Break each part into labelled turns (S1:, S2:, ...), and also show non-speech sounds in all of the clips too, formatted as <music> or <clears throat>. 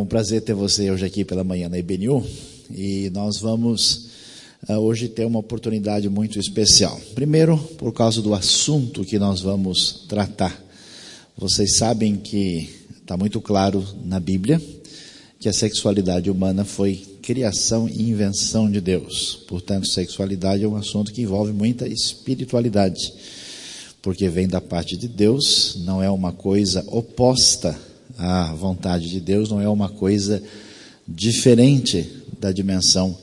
S1: um prazer ter você hoje aqui pela manhã na IBNU e nós vamos uh, hoje ter uma oportunidade muito especial. Primeiro, por causa do assunto que nós vamos tratar. Vocês sabem que está muito claro na Bíblia que a sexualidade humana foi criação e invenção de Deus. Portanto, sexualidade é um assunto que envolve muita espiritualidade, porque vem da parte de Deus, não é uma coisa oposta à vontade de Deus, não é uma coisa diferente da dimensão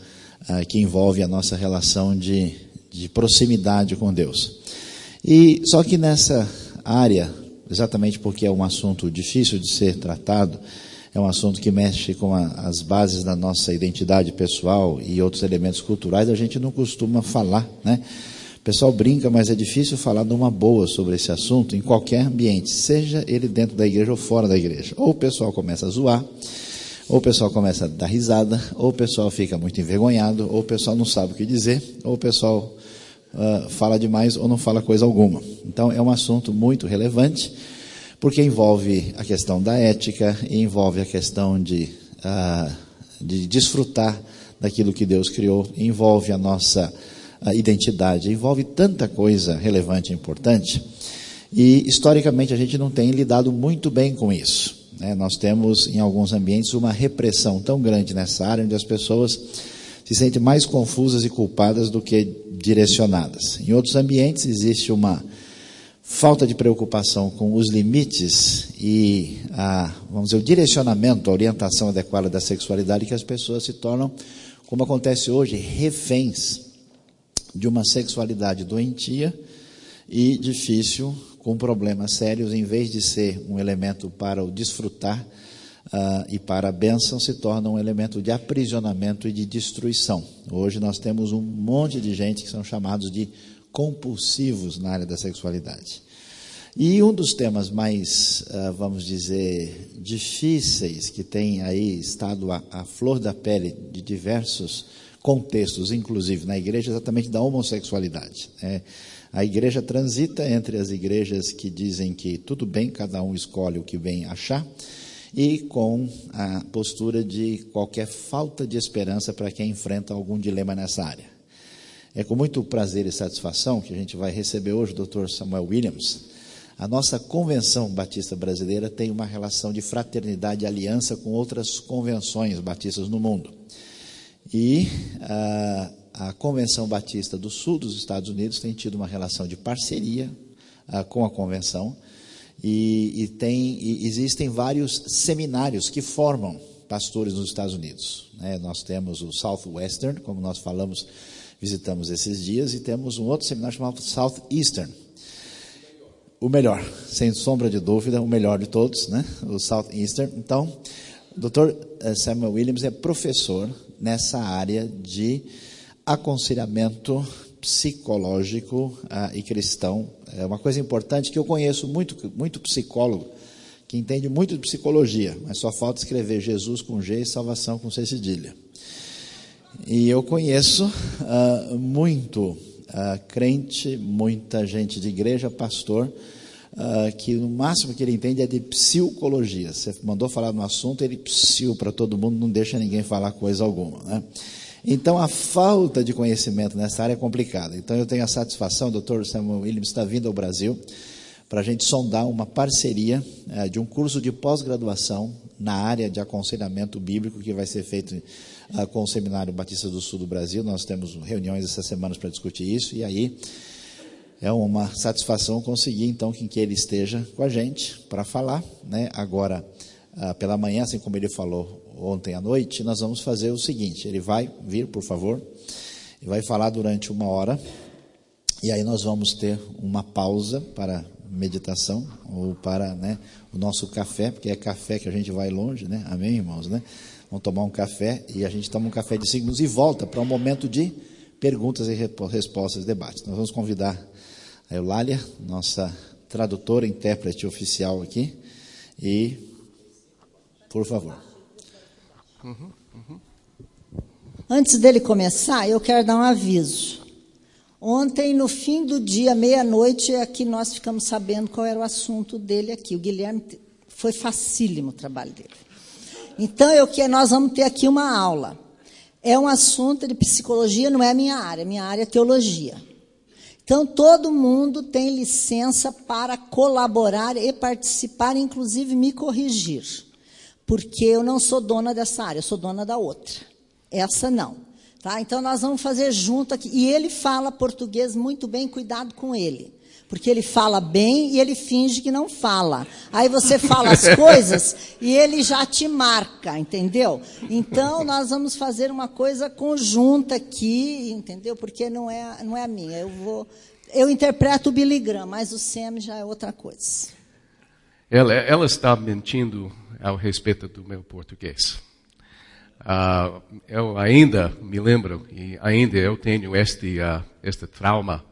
S1: ah, que envolve a nossa relação de, de proximidade com Deus. E só que nessa área, exatamente porque é um assunto difícil de ser tratado, é um assunto que mexe com a, as bases da nossa identidade pessoal e outros elementos culturais, a gente não costuma falar, né? O pessoal brinca, mas é difícil falar numa boa sobre esse assunto em qualquer ambiente, seja ele dentro da igreja ou fora da igreja. Ou o pessoal começa a zoar, ou o pessoal começa a dar risada, ou o pessoal fica muito envergonhado, ou o pessoal não sabe o que dizer, ou o pessoal uh, fala demais ou não fala coisa alguma. Então é um assunto muito relevante porque envolve a questão da ética, envolve a questão de, uh, de desfrutar daquilo que Deus criou, envolve a nossa uh, identidade, envolve tanta coisa relevante e importante. E historicamente a gente não tem lidado muito bem com isso. Né? Nós temos em alguns ambientes uma repressão tão grande nessa área onde as pessoas se sentem mais confusas e culpadas do que direcionadas. Em outros ambientes existe uma falta de preocupação com os limites e a, vamos dizer, o direcionamento, a orientação adequada da sexualidade, que as pessoas se tornam, como acontece hoje, reféns de uma sexualidade doentia e difícil, com problemas sérios, em vez de ser um elemento para o desfrutar uh, e para a bênção, se torna um elemento de aprisionamento e de destruição. Hoje nós temos um monte de gente que são chamados de compulsivos na área da sexualidade. E um dos temas mais, ah, vamos dizer, difíceis que tem aí estado à flor da pele de diversos contextos, inclusive na igreja, é exatamente da homossexualidade. né? a igreja transita entre as igrejas que dizem que tudo bem, cada um escolhe o que bem achar, e com a postura de qualquer falta de esperança para quem enfrenta algum dilema nessa área. É com muito prazer e satisfação que a gente vai receber hoje o Dr. Samuel Williams. A nossa Convenção Batista Brasileira tem uma relação de fraternidade e aliança com outras convenções batistas no mundo. E uh, a Convenção Batista do Sul dos Estados Unidos tem tido uma relação de parceria uh, com a Convenção. E, e, tem, e existem vários seminários que formam pastores nos Estados Unidos. Né? Nós temos o Southwestern, como nós falamos visitamos esses dias e temos um outro seminário chamado Southeastern. O melhor, sem sombra de dúvida, o melhor de todos, né? O Southeastern. Então, o Dr. Samuel Williams é professor nessa área de aconselhamento psicológico ah, e cristão. É uma coisa importante que eu conheço muito, muito psicólogo que entende muito de psicologia, mas só falta escrever Jesus com G e salvação com C cedilha. E eu conheço uh, muito uh, crente, muita gente de igreja, pastor, uh, que no máximo que ele entende é de psicologia. Você mandou falar no assunto, ele psiu para todo mundo, não deixa ninguém falar coisa alguma. Né? Então a falta de conhecimento nessa área é complicada. Então eu tenho a satisfação, o doutor Samuel Williams está vindo ao Brasil para a gente sondar uma parceria de um curso de pós-graduação na área de aconselhamento bíblico que vai ser feito é, com o Seminário Batista do Sul do Brasil. Nós temos reuniões essas semanas para discutir isso, e aí é uma satisfação conseguir, então, que, que ele esteja com a gente para falar. Né? Agora, pela manhã, assim como ele falou ontem à noite, nós vamos fazer o seguinte: ele vai vir, por favor, e vai falar durante uma hora. E aí nós vamos ter uma pausa para meditação ou para né, o nosso café, porque é café que a gente vai longe, né? Amém, irmãos, né? Vamos tomar um café e a gente toma um café de cinco minutos e volta para um momento de perguntas e respostas, debates. Nós vamos convidar a Eulália, nossa tradutora, intérprete oficial aqui, e por favor.
S2: Uhum, uhum. Antes dele começar, eu quero dar um aviso. Ontem, no fim do dia, meia-noite, é que nós ficamos sabendo qual era o assunto dele aqui. O Guilherme foi facílimo o trabalho dele. Então, eu que nós vamos ter aqui uma aula. É um assunto de psicologia, não é minha área, minha área é teologia. Então, todo mundo tem licença para colaborar e participar, inclusive me corrigir. Porque eu não sou dona dessa área, eu sou dona da outra. Essa não. Tá? Então, nós vamos fazer junto aqui. E ele fala português muito bem, cuidado com ele. Porque ele fala bem e ele finge que não fala. Aí você fala as coisas e ele já te marca, entendeu? Então nós vamos fazer uma coisa conjunta aqui, entendeu? Porque não é, não é a minha. Eu vou eu interpreto o Billy Graham, mas o SEM já é outra coisa.
S3: Ela, ela está mentindo ao respeito do meu português. Uh, eu ainda me lembro e ainda eu tenho este, uh, este trauma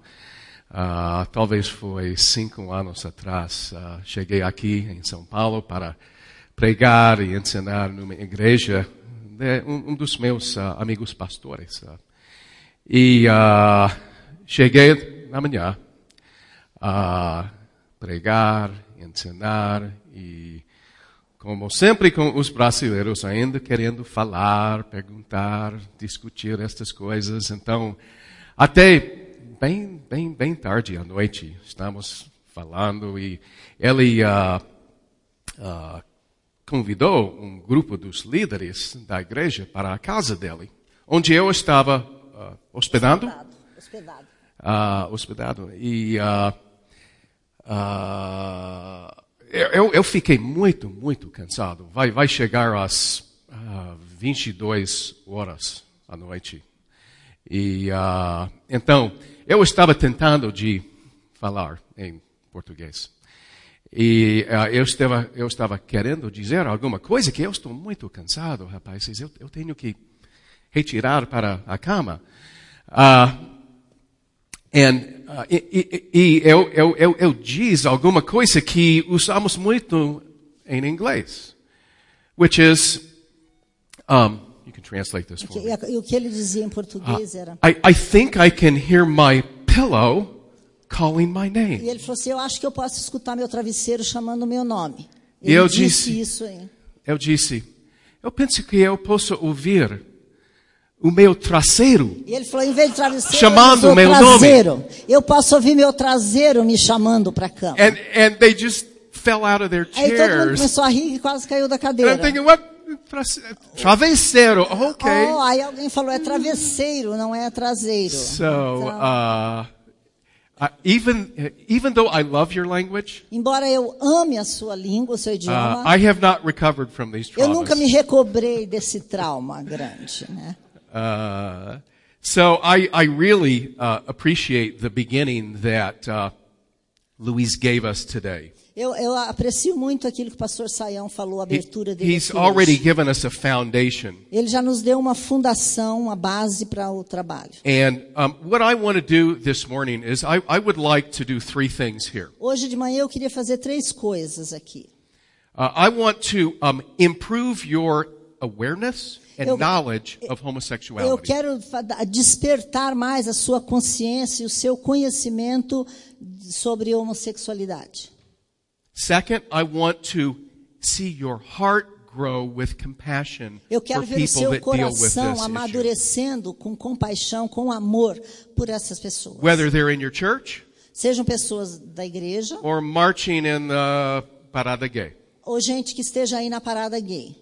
S3: Uh, talvez foi cinco anos atrás, uh, cheguei aqui em São Paulo para pregar e ensinar numa igreja de um, um dos meus uh, amigos pastores. ah. E ah, cheguei na manhã a pregar, ensinar e, como sempre com os brasileiros, ainda querendo falar, perguntar, discutir estas coisas. Então, até bem, bem, bem tarde à noite. Estamos falando e ele uh, uh, convidou um grupo dos líderes da igreja para a casa dele, onde eu estava uh, hospedando.
S2: Hospedado.
S3: Hospedado. Ah, hospedado. E ah, eu, eu fiquei muito, muito cansado. Vai, vai chegar às uh, 22 horas à noite. E uh, então eu estava tentando de falar em português. E uh, eu, estava, eu estava querendo dizer alguma coisa que eu estou muito cansado, rapazes. Eu, eu tenho que retirar para a cama. Uh, and, ah, e, e, e eu, eu, eu, eu diz alguma coisa que usamos muito em inglês. Which is, um, You can translate this for me.
S2: E o que ele dizia em português era.
S3: I, I think I can hear my pillow calling my
S2: E
S3: name.
S2: ele falou assim: Eu acho que eu posso escutar meu travesseiro chamando o meu nome.
S3: E
S2: Ele
S3: eu
S2: disse,
S3: disse-
S2: isso aí.
S3: Eu disse, eu penso que eu posso ouvir o meu traseiro.
S2: E ele falou: Em vez de travesseiro,
S3: Chamando
S2: eu
S3: meu nome.
S2: traseiro. Eu posso ouvir meu traseiro me chamando para cama.
S3: And, and they just fell out of their
S2: Aí todo mundo
S3: chairs.
S2: começou a rir e quase caiu da
S3: And
S2: cadeira.
S3: I'm thinking, what? Traseiro. Travesseiro, okay.
S2: Oh, aí alguém falou, é travesseiro, não é traseiro. Então,
S3: So, uh, uh, even, even though I love your language,
S2: Embora eu ame a sua língua, o seu
S3: uh,
S2: idioma,
S3: I have not recovered from these
S2: eu nunca me
S3: traumas.
S2: recobrei desse trauma grande, né?
S3: Uh, so I, I really uh, appreciate the beginning that uh, Luis gave us today.
S2: Eu, eu aprecio muito aquilo que o pastor Saião falou, a
S3: He-
S2: abertura dele.
S3: he's
S2: aqui
S3: already
S2: hoje.
S3: given us a foundation.
S2: Ele já nos deu uma fundação, uma base para o trabalho.
S3: And um, what I want to do this morning is I, I would like to do three things here.
S2: Hoje de manhã eu queria fazer três coisas aqui.
S3: Uh, I want to um, improve your awareness and
S2: Eu-
S3: knowledge of
S2: Eu
S3: homosexuality.
S2: quero fa- da- despertar mais a sua consciência e o seu conhecimento sobre homossexualidade.
S3: Second, I want to see your heart grow with compassion
S2: Eu
S3: for
S2: quero ver o
S3: people
S2: seu
S3: that deal with
S2: coração
S3: this issue.
S2: amadurecendo com compaixão, com amor por essas pessoas.
S3: Whether they're in your church
S2: Sejam pessoas da igreja
S3: or marching in the Parada Gay.
S2: ou gente que esteja aí na parada gay.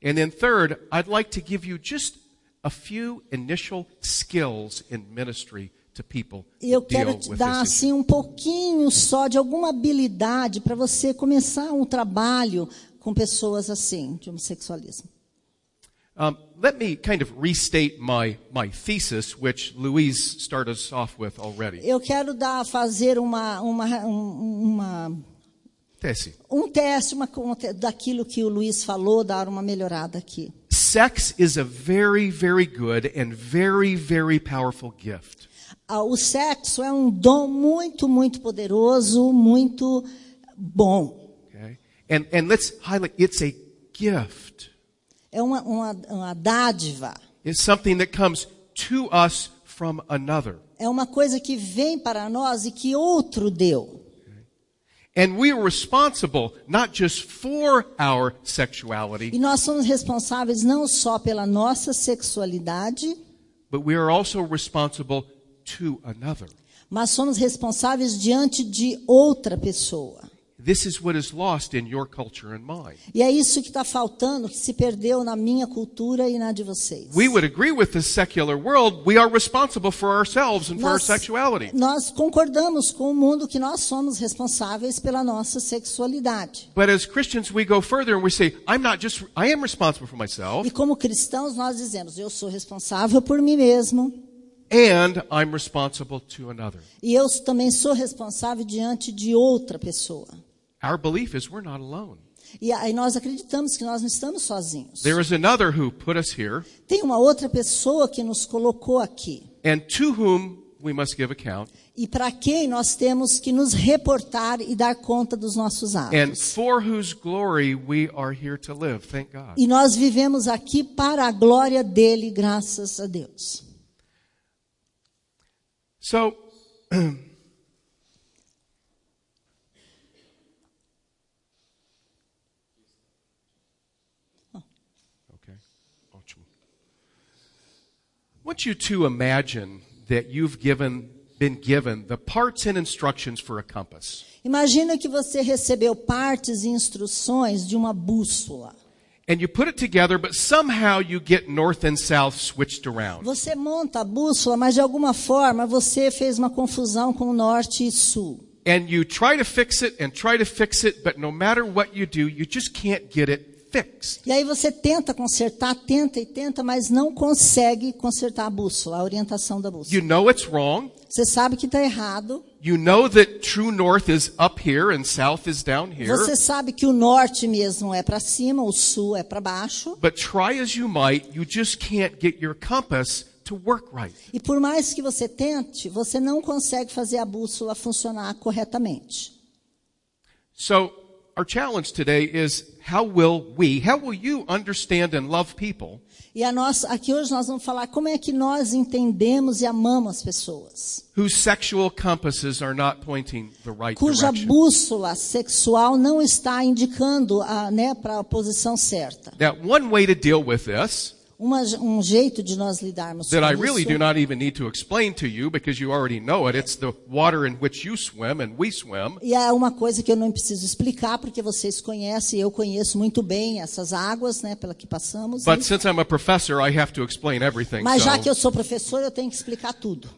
S3: And then third, I'd like to give you just a few initial skills in ministry to people
S2: E eu
S3: that deal
S2: quero
S3: with
S2: te
S3: this
S2: dar
S3: issue.
S2: assim um pouquinho só de alguma habilidade para você começar um trabalho com pessoas assim de homossexualismo.
S3: Um, let me kind of restate my, my thesis, which Louise started us off with already.
S2: Eu quero dar fazer uma uma um- uma
S3: Tesi.
S2: um teste uma, um te- daquilo que o Luiz falou, dar uma melhorada aqui.
S3: Sex is a very, very good and very, very powerful gift.
S2: Ah, O sexo é um dom muito, muito poderoso, muito bom.
S3: Okay? And, and let's highlight it's a gift.
S2: É uma, uma, uma dádiva.
S3: It's something that comes to us from another.
S2: É uma coisa que vem para nós e que outro deu.
S3: And we are responsible not just for our
S2: E
S3: sexuality,
S2: nós somos responsáveis não só pela nossa sexualidade,
S3: but we are also responsible to another.
S2: mas somos responsáveis diante de outra pessoa.
S3: This is what is lost in your culture and mine.
S2: E é isso que está faltando, que se perdeu na minha cultura e na de vocês.
S3: We would agree with the secular world. We are responsible for ourselves and for our sexuality.
S2: nós concordamos com o mundo que nós somos responsáveis pela nossa sexualidade.
S3: But as Christians, we go further and we say, I'm not just, I am responsible for myself
S2: E como cristãos, nós dizemos: eu sou responsável por mim mesmo
S3: and I'm responsible to another.
S2: e eu também sou responsável diante de outra pessoa.
S3: Our belief is we're not alone.
S2: E aí nós acreditamos que nós não estamos sozinhos.
S3: There is another who put us here
S2: Tem uma outra pessoa que nos colocou aqui
S3: and to whom we must give account
S2: e para quem nós temos que nos reportar e dar conta dos nossos
S3: and
S2: atos.
S3: for whose glory we are here to live. Thank God.
S2: E nós vivemos aqui para a glória dele, graças a Deus.
S3: So, <clears throat> okay, ótimo. I want you to imagine that you've given, been given the parts and instructions for a compass,
S2: Imagina que você recebeu partes e instruções de uma bússola.
S3: and you put it together, but somehow you get north and south switched around.
S2: Você monta a bússola, mas de alguma forma você fez uma confusão com o norte e sul.
S3: And you try to fix it and try to fix it, but no matter what you do, you just can't get it fixed.
S2: E aí você tenta consertar, tenta e tenta, mas não consegue consertar a bússola, a orientação da bússola.
S3: You know it's wrong.
S2: Você sabe que está errado.
S3: You know that true north is up here and south is down here.
S2: Você sabe que o norte mesmo é para cima, o sul é para baixo.
S3: But try as you might, you just can't get your compass to work right.
S2: E por mais que você tente, você não consegue fazer a bússola funcionar corretamente.
S3: So our challenge today is how will we, how will you understand and love people
S2: E a nossa, aqui hoje nós vamos falar como é que nós entendemos e amamos as pessoas,
S3: whose sexual compasses are not pointing the right
S2: cuja
S3: direction?
S2: bússola sexual não está indicando a, né, para a posição certa.
S3: Now, one way to deal with this
S2: Uma, um jeito de nós lidarmos
S3: that I
S2: com
S3: really
S2: isso,
S3: do not even need to explain to you because you already know it, it's the water in which you swim and we swim,
S2: e é uma coisa que eu não preciso explicar porque vocês conhecem, eu conheço muito bem essas águas, né, pela que passamos.
S3: but
S2: né?
S3: since I'm a professor, I have to explain everything.
S2: Mas já
S3: so-
S2: que eu sou professor, eu tenho que explicar tudo.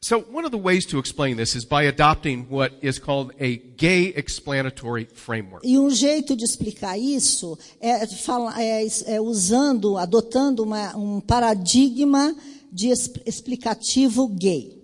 S3: So one of the ways to explain this is by adopting what is called a gay explanatory framework.
S2: E um jeito de explicar isso é, fala- é es- é usando, adotando uma- um paradigma de es- explicativo gay,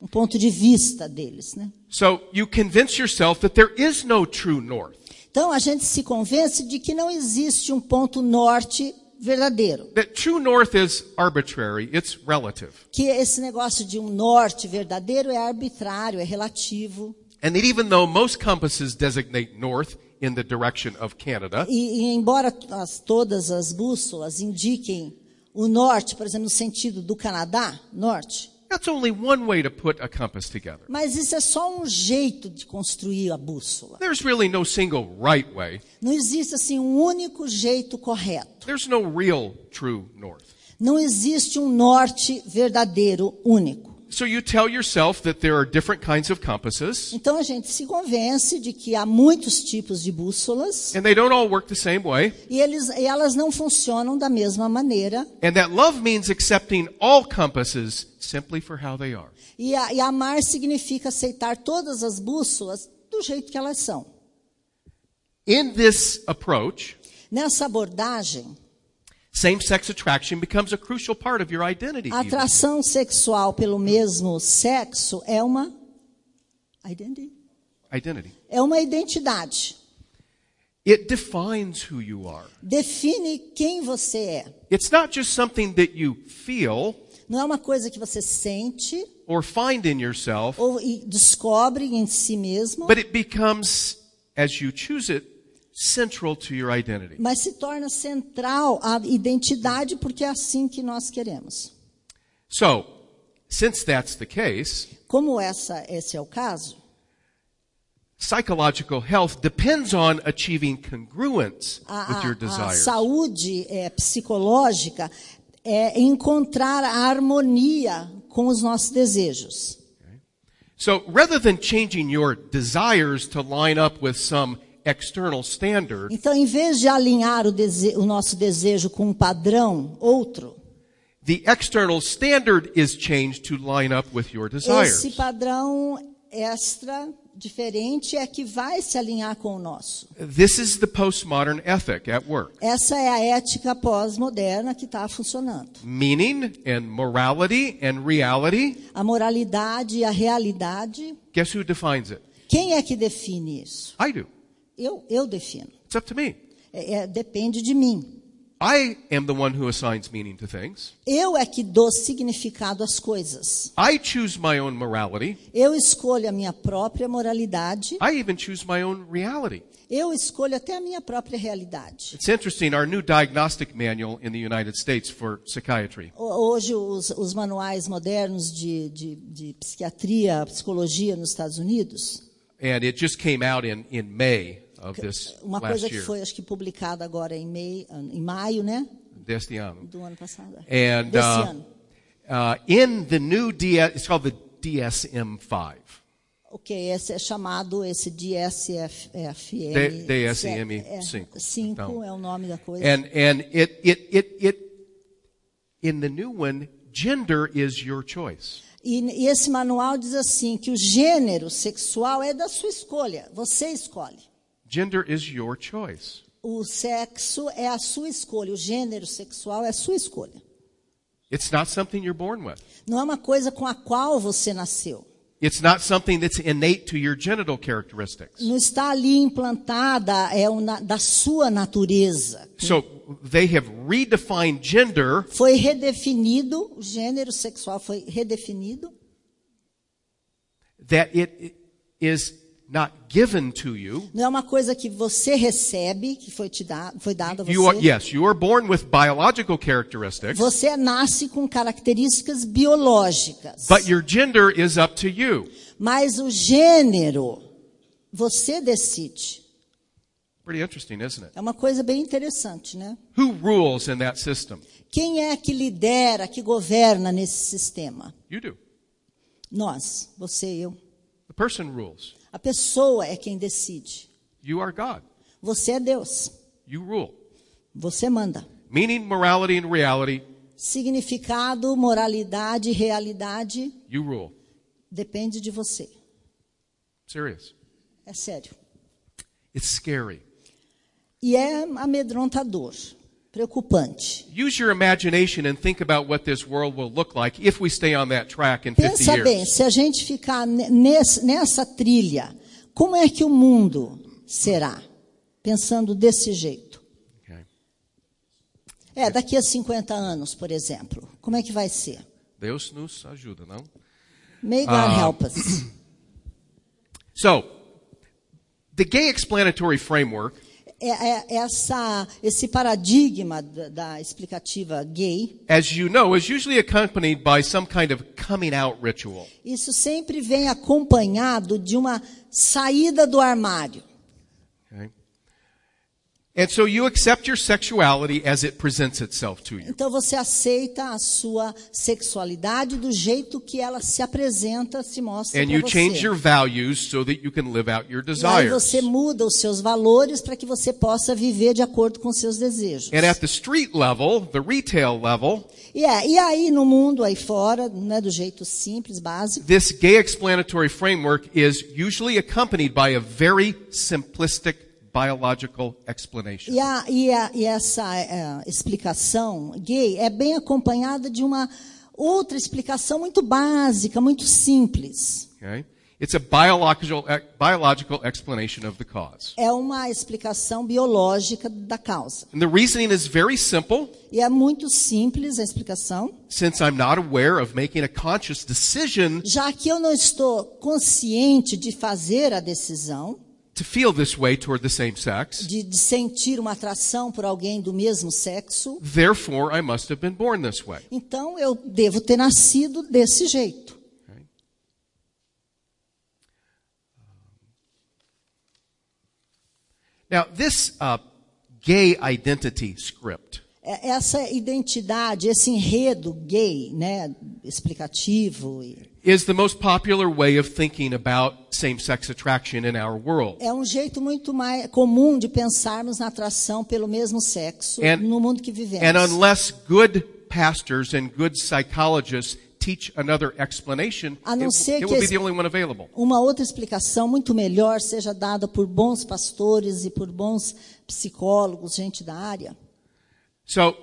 S2: um ponto de vista deles, né?
S3: So you convince yourself that there is no true north,
S2: Então a gente se convence de que não existe um ponto norte verdadeiro,
S3: that true north is arbitrary, it's relative,
S2: que esse negócio de um norte verdadeiro é arbitrário, é relativo.
S3: and that even though most compasses designate north in the direction of Canada,
S2: E, e embora as- todas as bússolas indiquem o norte, por exemplo, no sentido do Canadá, norte,
S3: that's only one way to put a compass together.
S2: Mas isso é só um jeito de construir a bússola.
S3: There's really no single right way.
S2: Não existe assim um único jeito correto.
S3: There's no real true north.
S2: Não existe um norte verdadeiro único.
S3: So you tell yourself that there are different kinds of compasses,
S2: Então a gente se convence de que há muitos tipos de bússolas
S3: and they don't all work the same way.
S2: e, eles, e elas não funcionam da mesma maneira.
S3: And that love means accepting all compasses simply for how they are.
S2: E, a- e amar significa aceitar todas as bússolas do jeito que elas são.
S3: In this approach,
S2: Nessa abordagem,
S3: same sex attraction becomes a crucial part of your identity.
S2: a
S3: even.
S2: atração sexual pelo mesmo sexo é uma. Identity?
S3: Identity.
S2: É uma identidade.
S3: It defines who you are.
S2: Define quem você é.
S3: It's not just something that you feel
S2: Não é uma coisa que você sente
S3: or find in yourself,
S2: ou e descobre em si mesmo,
S3: but it becomes, as you choose it, central to your identity.
S2: mas se torna central a identidade porque é assim que nós queremos.
S3: So, since that's the case,
S2: Como essa, esse é o caso,
S3: psychological health depends on achieving congruence
S2: A,
S3: with your
S2: a- a
S3: desires.
S2: Ah, saúde eh, psicológica é encontrar a harmonia com os nossos desejos.
S3: So rather than changing your desires to line up with some external standard,
S2: Então, em vez de alinhar o, dese- o nosso desejo com um padrão, outro,
S3: the external standard is changed to line up with your
S2: esse
S3: desires.
S2: padrão extra, diferente, é que vai se alinhar com o nosso.
S3: This is the postmodern ethic at work.
S2: Essa é a ética pós-moderna que está funcionando.
S3: Meaning and morality and reality,
S2: A moralidade e a realidade,
S3: guess who defines it?
S2: quem é que define isso?
S3: I do.
S2: Eu, eu defino.
S3: It's up to me.
S2: É- é- depende de mim.
S3: I am the one who assigns meaning to things.
S2: Eu é que dou significado às coisas.
S3: I choose my own morality.
S2: Eu escolho a minha própria moralidade.
S3: I even choose my own reality.
S2: Eu escolho até a minha própria realidade.
S3: It's interesting, our new diagnostic manual in the United States for psychiatry.
S2: Ho- Hoje, os, os manuais modernos de, de, de psiquiatria, psicologia nos Estados Unidos,
S3: And it just came out in, in May of this
S2: uma
S3: last
S2: coisa que
S3: year.
S2: foi, acho que, publicada agora em, mei, em maio, né?
S3: Deste ano.
S2: Do ano passado.
S3: And
S2: desse
S3: uh,
S2: ano.
S3: um, uh, in the new DS, it's called the DSM 5.
S2: Ok, esse é chamado esse DSFM.
S3: DSM-5. então.
S2: 5 é o nome da coisa.
S3: And, and it, it, it, it, in the new one, gender is your choice.
S2: E, e esse manual diz assim que o gênero sexual é da sua escolha. Você escolhe.
S3: Gender is your choice.
S2: O sexo é a sua escolha. O gênero sexual é a sua escolha.
S3: It's not something you're born with.
S2: Não é uma coisa com a qual você nasceu.
S3: It's not something that's innate to your genital characteristics.
S2: Não está ali implantada é uma, da sua natureza.
S3: So they have redefined gender
S2: Foi redefinido, o gênero sexual foi redefinido,
S3: that it is not given to you.
S2: Não é uma coisa que você recebe, que foi te dado, foi dado a você.
S3: You are yes, you are born with biological characteristics,
S2: Você nasce com características biológicas.
S3: but your gender is up to you.
S2: Mas o gênero você decide.
S3: Pretty interesting, isn't it?
S2: É uma coisa bem interessante, né?
S3: Who rules in that system?
S2: Quem é que lidera, que governa nesse sistema?
S3: You do.
S2: Nós, você e eu.
S3: The person rules.
S2: A pessoa é quem decide.
S3: You are God.
S2: Você é Deus.
S3: You rule.
S2: Você manda.
S3: Meaning, morality, and reality,
S2: Significado, moralidade, realidade
S3: you rule.
S2: depende de você.
S3: Serious.
S2: É sério.
S3: It's scary.
S2: E é amedrontador, preocupante.
S3: Use your imagination and think about what this world will look like if we stay on that track in 50
S2: Pensa
S3: years.
S2: bem, se a gente ficar ne- nesse- nessa trilha, como é que o mundo será? Pensando desse jeito.
S3: Okay.
S2: É, daqui a 50 anos, por exemplo, como é que vai ser?
S3: Deus nos ajuda, não?
S2: May God help us.
S3: So, the gay explanatory framework
S2: É, é- essa, esse paradigma da, da explicativa gay,
S3: as you know, is usually accompanied by some kind of coming out ritual.
S2: isso sempre vem acompanhado de uma saída do armário.
S3: Okay? And so you accept your sexuality as it presents itself to you.
S2: Então você aceita a sua sexualidade do jeito que ela se apresenta, se mostra
S3: And
S2: para
S3: you
S2: você.
S3: change your values so that you can live out your
S2: E aí
S3: desires.
S2: você muda os seus valores para que você possa viver de acordo com seus desejos.
S3: And at the street level, the retail level,
S2: E, é, e aí no mundo aí fora, né, do jeito simples, básico,
S3: this gay explanatory framework is usually accompanied by a very simplistic biological explanation.
S2: e, a, e, a, e essa é, explicação gay é bem acompanhada de uma outra explicação muito básica, muito simples.
S3: Okay? It's a biological, eh, biological explanation of the cause.
S2: É uma explicação biológica da causa.
S3: And the reasoning is very simple.
S2: E é muito simples a explicação.
S3: Since I'm not aware of making a conscious decision
S2: Já que eu não estou consciente de fazer a decisão,
S3: to feel this way toward the same sex,
S2: de, de sentir uma atração por alguém do mesmo sexo,
S3: therefore I must have been born this way.
S2: então eu devo ter nascido desse jeito.
S3: Okay? Now, this uh, gay identity script
S2: É- Essa identidade, esse enredo gay, né, explicativo, e-
S3: is the most popular way of thinking about same-sex attraction in our world.
S2: é um jeito muito mais comum de pensarmos na atração pelo mesmo sexo
S3: And-
S2: no mundo que vivemos.
S3: And unless good pastors and good psychologists teach another explanation,
S2: A não
S3: it,
S2: ser
S3: it
S2: que
S3: will be
S2: esse-
S3: the only one available.
S2: Uma outra explicação muito melhor seja dada por bons pastores e por bons psicólogos, gente da área.
S3: So,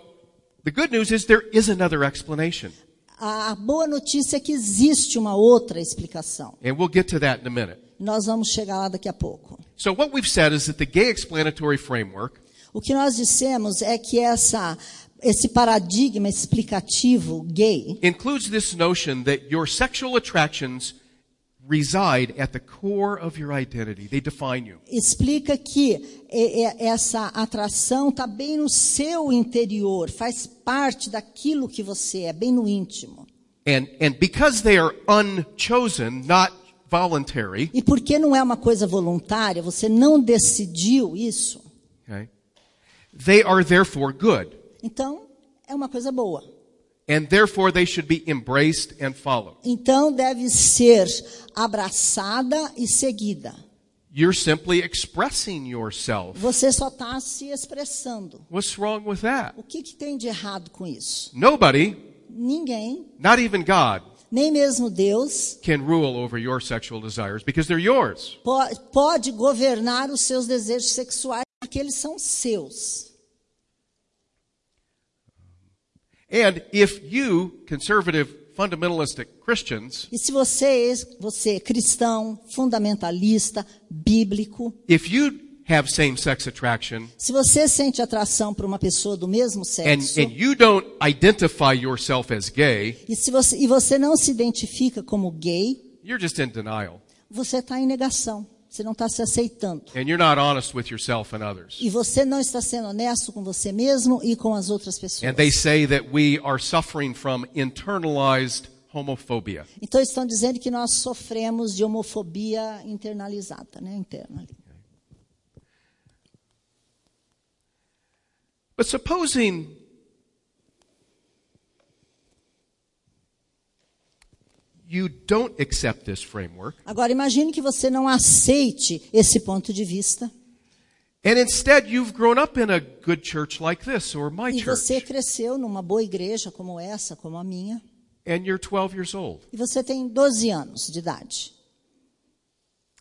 S3: the good news is there is another explanation,
S2: A boa notícia é que existe uma outra explicação.
S3: and we'll get to that in a minute.
S2: Nós vamos chegar lá daqui a pouco.
S3: So, what we've said is that the gay explanatory framework
S2: O que nós dissemos é que essa, esse paradigma explicativo gay
S3: includes this notion that your sexual attractions reside at the core of your identity. They define you.
S2: explica que e- e- essa atração está bem no seu interior, faz parte daquilo que você é, bem no íntimo.
S3: And, and because they are unchosen, not voluntary,
S2: E porque não é uma coisa voluntária, você não decidiu isso,
S3: okay, they are therefore good.
S2: então é uma coisa boa.
S3: And therefore they should be embraced and followed.
S2: Então deve ser abraçada e seguida.
S3: You're simply expressing yourself.
S2: Você só está se expressando.
S3: What's wrong with that?
S2: O que, que tem de errado com isso?
S3: Nobody,
S2: Ninguém,
S3: not even God,
S2: nem mesmo Deus,
S3: can rule over your sexual desires because they're yours.
S2: po- pode governar os seus desejos sexuais, porque eles são seus.
S3: And if you, conservative, fundamentalistic Christians,
S2: E se você, é- você é cristão, fundamentalista, bíblico,
S3: if you have same-sex attraction
S2: Se você sente atração por uma pessoa do mesmo
S3: and,
S2: sexo
S3: and you don't identify yourself as gay,
S2: e, se você, e você não se identifica como gay,
S3: you're just in denial
S2: você está em negação. Você não está se aceitando.
S3: and you're not honest with yourself and others.
S2: E você não está sendo honesto com você mesmo e com as outras pessoas.
S3: And they say that we are suffering from internalized homophobia.
S2: Então estão dizendo que nós sofremos de homofobia internalizada, né? Interna. ali.
S3: But supposing you don't accept this framework
S2: Agora imagine que você não aceite esse ponto de vista
S3: and instead you've grown up in a good church like this or my
S2: e você
S3: church
S2: cresceu numa boa igreja como essa, como a minha,
S3: and you're 12 years old
S2: e você tem 12 anos de idade.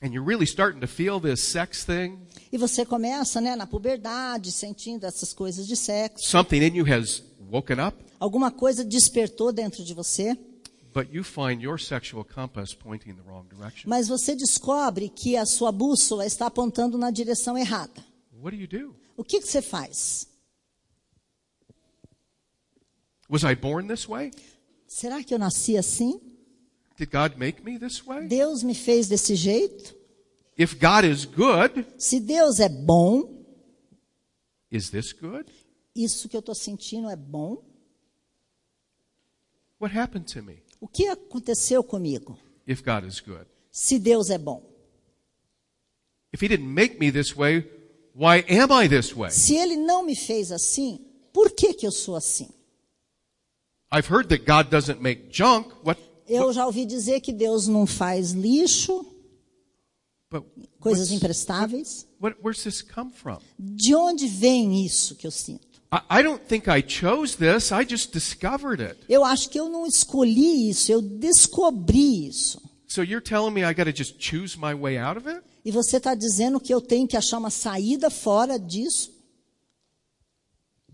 S3: and you're really starting to feel this sex thing.
S2: E você começa, né, na puberdade, sentindo essas coisas de sexo.
S3: Something in you has woken up,
S2: Alguma coisa despertou dentro de você,
S3: but you find your sexual compass pointing the wrong direction.
S2: mas você descobre que a sua bússola está apontando na direção errada.
S3: What do you do?
S2: O que, que você faz?
S3: Was I born this way?
S2: Será que eu nasci assim?
S3: Did God make me this way?
S2: Deus me fez desse jeito?
S3: If God is good,
S2: Se Deus é bom,
S3: is this good?
S2: isso que eu estou sentindo é bom?
S3: What happened to me
S2: O que aconteceu comigo?
S3: if God is good?
S2: Se Deus é bom.
S3: If He didn't make me this way, why am I this way?
S2: Se Ele não me fez assim, por que, que eu sou assim?
S3: I've heard that God doesn't make junk. What?
S2: Eu já ouvi dizer que Deus não faz lixo,
S3: But
S2: coisas
S3: what's-
S2: imprestáveis.
S3: what, where's this come from?
S2: De onde vem isso que eu sinto?
S3: I, I don't think I chose this. I just discovered it.
S2: Eu acho que eu não escolhi isso, eu descobri isso.
S3: So you're telling me I got to just choose my way out of it?
S2: E você está dizendo que eu tenho que achar uma saída fora disso,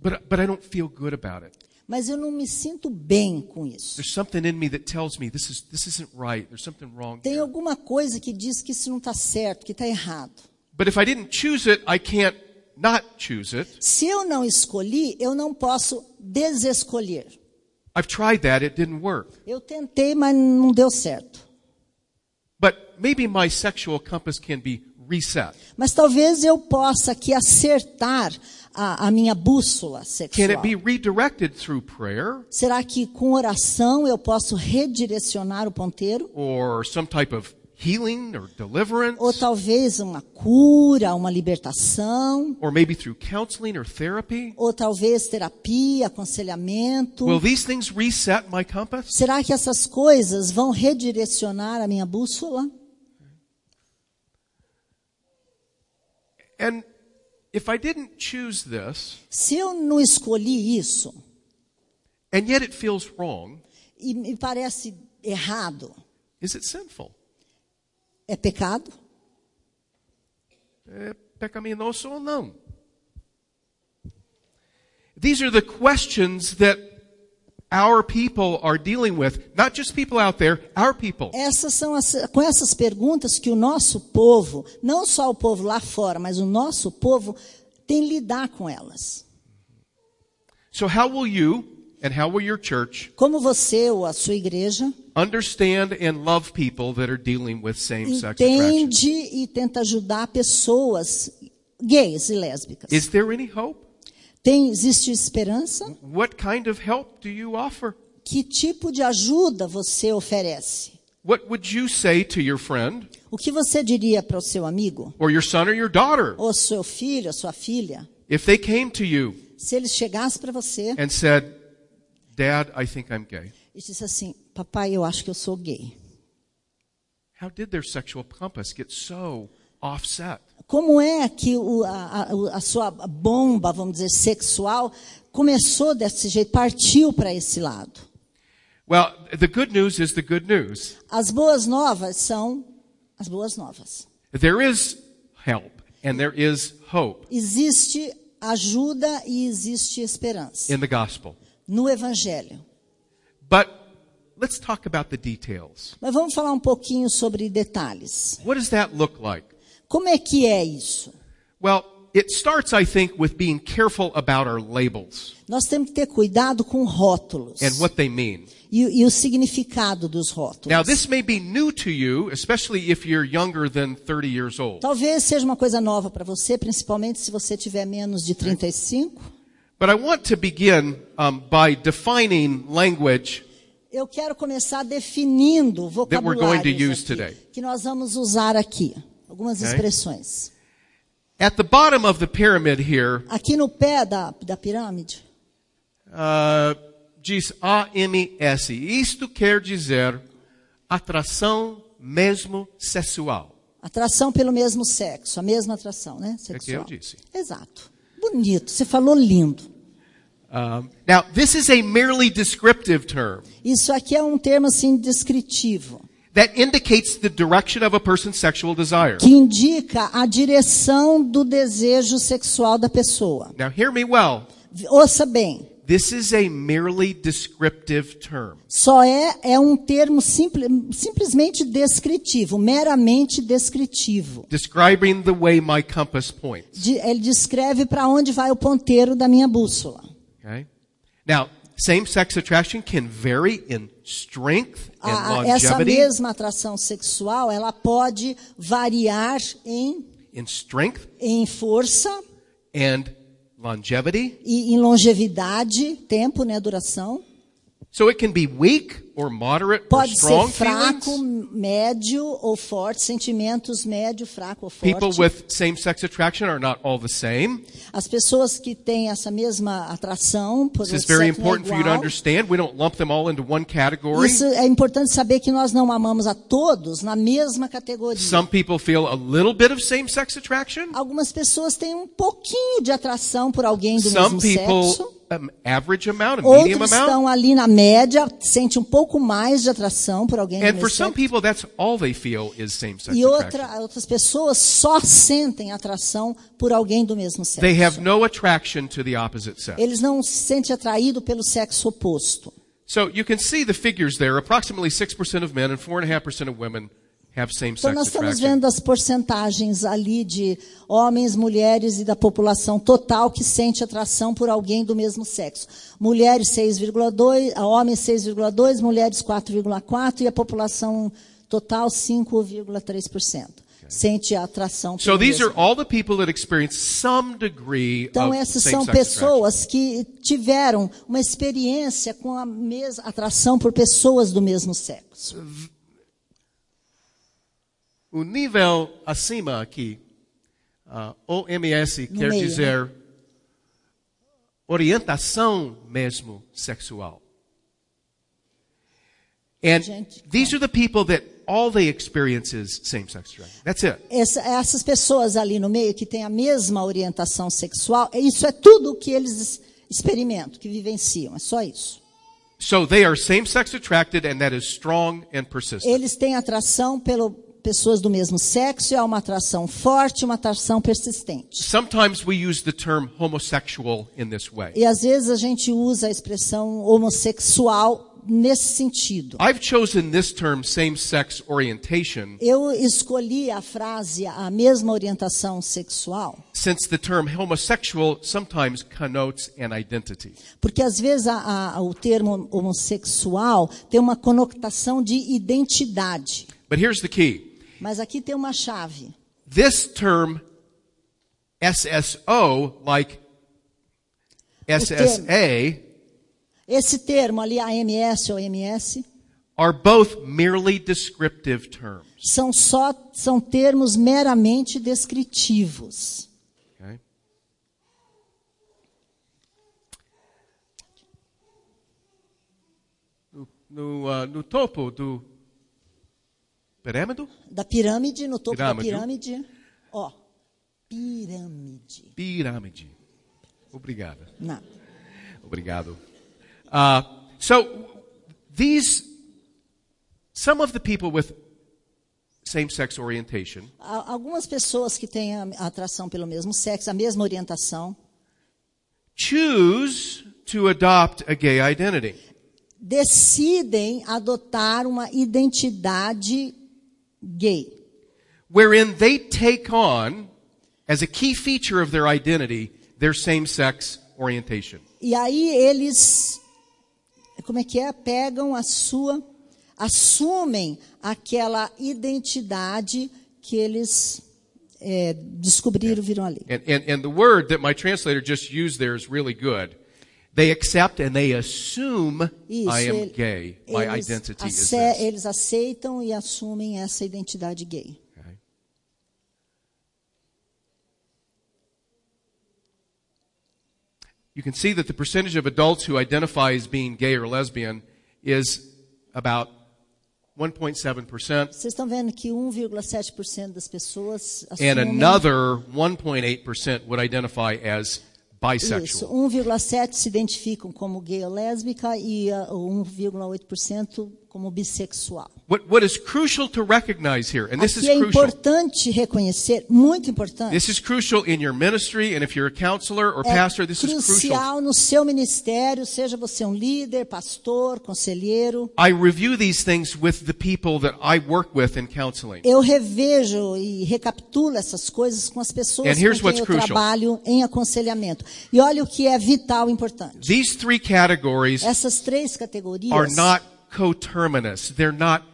S3: But but I don't feel good about it.
S2: mas eu não me sinto bem com isso.
S3: There's something in me that tells me this is this isn't right. There's something wrong.
S2: Tem
S3: here.
S2: alguma coisa que diz que isso não está certo, que está errado.
S3: But if I didn't choose it, I can't not choose it.
S2: Se eu não escolhi, eu não posso desescolher.
S3: I've tried that. It didn't work.
S2: Eu tentei, mas não deu certo.
S3: But maybe my sexual compass can be reset.
S2: Mas talvez eu possa aqui acertar a, a minha bússola
S3: Can
S2: sexual.
S3: it be redirected through prayer
S2: Será que com oração eu posso redirecionar o ponteiro?
S3: or some type of healing or deliverance,
S2: ou talvez uma cura, uma libertação,
S3: or maybe through counseling or therapy?
S2: ou talvez terapia, aconselhamento.
S3: Will these things reset my compass?
S2: Será que essas coisas vão redirecionar a minha bússola?
S3: And if I didn't choose this,
S2: Se eu não escolhi isso
S3: and yet it feels wrong,
S2: e me parece errado,
S3: is it sinful?
S2: é pecado?
S3: É pecaminoso ou não? These are the questions that our people are dealing with, not just people out there, our people.
S2: Essas são as, com essas perguntas que o nosso povo, não só o povo lá fora, mas o nosso povo tem lidar com elas.
S3: So how will you and how will your church
S2: Como você ou a sua igreja
S3: understand and love people that are dealing with same-sex attraction?
S2: entende e tenta ajudar pessoas gays e lésbicas?
S3: Is there any hope?
S2: Tem, existe esperança?
S3: What kind of help do you offer?
S2: Que tipo de ajuda você oferece?
S3: What would you say to your friend
S2: O que você diria para o seu amigo,
S3: or your son or your daughter
S2: ou seu filho, ou sua filha,
S3: if they came to you
S2: se ele chegasse para você
S3: and said, Dad, I think I'm gay?
S2: e disse assim: Papai, eu acho que eu sou gay.
S3: How did their sexual compass get so offset?
S2: Como é que o- a, a- o- a sua bomba, vamos dizer, sexual começou desse jeito, partiu para esse lado?
S3: Well, the good news is the good news.
S2: As boas novas são as boas novas.
S3: There is help and there is hope
S2: Existe ajuda e existe esperança
S3: in the gospel.
S2: no Evangelho.
S3: But let's talk about the details.
S2: Mas vamos falar um pouquinho sobre detalhes.
S3: What does that look like?
S2: Como é que é isso?
S3: Well, it starts, I think, with being careful about our labels
S2: Nós temos que ter cuidado com rótulos
S3: and what they mean.
S2: e, e o significado dos rótulos.
S3: Now, this may be new to you, especially if you're younger than 30 years old.
S2: Talvez seja uma coisa nova para você, principalmente se você tiver menos de 35.
S3: But I want to begin um, by defining language
S2: Eu quero começar definindo o
S3: we're going to
S2: vocabulário
S3: use today.
S2: que nós vamos usar aqui. Algumas
S3: Okay.
S2: expressões.
S3: At the bottom of the pyramid here,
S2: Aqui no pé da, da pirâmide,
S3: uh, diz AMS. E, Isto quer dizer atração mesmo sexual.
S2: atração pelo mesmo sexo, a mesma atração, né?
S3: É eu
S2: Sexual.
S3: disse.
S2: Exato. Bonito, você falou lindo.
S3: Um, now, this is a merely descriptive term
S2: Isso aqui é um termo assim descritivo,
S3: that indicates the direction of a person's sexual desire.
S2: que indica a direção do desejo sexual da pessoa.
S3: Now, hear me well.
S2: Ouça bem,
S3: This is a merely descriptive term.
S2: Só é, é um termo simple- simplesmente descritivo, meramente descritivo.
S3: describing the way my compass points.
S2: De- ele descreve para onde vai o ponteiro da minha bússola.
S3: Okay? Now, same sex attraction can vary in strength and
S2: A- a- essa
S3: longevity.
S2: mesma atração sexual, ela pode variar em,
S3: In strength
S2: em força
S3: and longevity.
S2: e em longevidade, tempo, né, duração.
S3: So it can be weak or moderate or
S2: Pode ser
S3: strong
S2: fraco,
S3: feelings.
S2: médio ou forte, sentimentos médio, fraco ou forte.
S3: People with same sex attraction are not all the same.
S2: As pessoas que têm essa mesma atração por
S3: This is
S2: outro
S3: very
S2: sexo não é
S3: important for you to
S2: igual,
S3: understand. We don't lump them all into one category.
S2: Isso é importante saber que nós não amamos a todos na mesma categoria.
S3: Some people feel a little bit of same sex attraction.
S2: Algumas pessoas têm um pouquinho de atração por alguém do
S3: Some
S2: mesmo sexo.
S3: people, an average amount, a medium
S2: Outros
S3: amount.
S2: estão ali na média, sente um pouco mais de atração por alguém do
S3: And
S2: mesmo
S3: for some
S2: sexo.
S3: people, that's all they feel is same-sex
S2: E
S3: attraction.
S2: outra, outras pessoas só sentem atração por alguém do mesmo sexo.
S3: They have no attraction to the opposite sex.
S2: Eles não se sentem atraídos pelo sexo oposto.
S3: So you can see the figures there. Approximately 6% of men and 4.5% of women have
S2: Então
S3: same-sex
S2: nós estamos
S3: attraction.
S2: vendo as porcentagens ali de homens, mulheres e da população total que sente atração por alguém do mesmo sexo. Mulheres 6,2, a ah, homens 6,2, mulheres 4,4 e a população total 5,3%. Sente a atração
S3: So
S2: por
S3: these
S2: mesmo.
S3: are all the people that experience some degree
S2: Então
S3: of
S2: essas são
S3: same-sex attraction.
S2: pessoas que tiveram uma experiência com a mesma atração por pessoas do mesmo sexo.
S3: O nível acima aqui, ah, OMS
S2: No
S3: quer
S2: meio,
S3: dizer orientação mesmo sexual. And
S2: Gente,
S3: these are the people that all they experience is same-sex attraction. That's it.
S2: Essa- essas pessoas ali no meio que têm a mesma orientação sexual, isso é tudo o que eles experimentam, que vivenciam, é só isso.
S3: So they are same-sex attracted, and that is strong and persistent.
S2: Eles têm atração pelo pessoas do mesmo sexo, é uma atração forte, uma atração persistente.
S3: Sometimes we use the term homosexual in this way.
S2: E às vezes a gente usa a expressão homossexual nesse sentido.
S3: I've chosen this term, same-sex orientation,
S2: Eu escolhi a frase a mesma orientação sexual,
S3: since the term homosexual sometimes connotes an identity.
S2: porque às vezes a- a- o termo homossexual tem uma conotação de identidade.
S3: But here's the key.
S2: Mas aqui tem uma chave.
S3: This term, SSO, like SSA,
S2: Esse termo ali, AMS ou MS,
S3: are both merely descriptive terms.
S2: são só são termos meramente descritivos.
S3: Okay? No, no, ah, no topo do pirâmide?
S2: Da pirâmide, no topo da
S3: Pirâmide.
S2: pirâmide. Ó, pirâmide.
S3: Pirâmide. Obrigado.
S2: Não.
S3: Obrigado. Uh, so these, some of the people with same-sex orientation
S2: A- Algumas pessoas que têm a a atração pelo mesmo sexo, a mesma orientação,
S3: choose to adopt a gay identity.
S2: decidem adotar uma identidade gay.
S3: wherein they take on, as a key feature of their identity, their same sex orientation.
S2: E aí eles, como é que é? Pegam a sua, assumem aquela identidade que eles é, descobriram, viram ali.
S3: And, and, and the word that my translator just used there is really good. They accept and they assume
S2: Isso,
S3: I am
S2: ele-
S3: gay. My
S2: eles
S3: identity is
S2: ace-
S3: this.
S2: Eles aceitam e assumem essa identidade gay.
S3: Okay. You can see that the percentage of adults who identify as being gay or lesbian is about 1.7%.
S2: Vocês estão vendo que 1,7% das pessoas assumem
S3: and another 1.8% would identify as
S2: isso.
S3: bisexual.
S2: 1,7 se identificam como gay ou lésbica e ah, 1,8% como bissexual.
S3: What, what is crucial to recognize here, and this
S2: Aqui
S3: is
S2: é
S3: crucial,
S2: importante reconhecer, muito importante.
S3: this is crucial in your ministry, and if you're a counselor or
S2: é
S3: pastor, this is crucial.
S2: crucial no seu ministério, seja você um líder, pastor, conselheiro.
S3: I review these things with the people that I work with in counseling.
S2: Eu revejo e recapitulo essas coisas com as pessoas
S3: And here's
S2: com
S3: what's
S2: quem eu
S3: crucial.
S2: trabalho em aconselhamento. E olha o que é vital e importante.
S3: These three categories
S2: Essas três
S3: are
S2: categorias
S3: not coterminous. They're not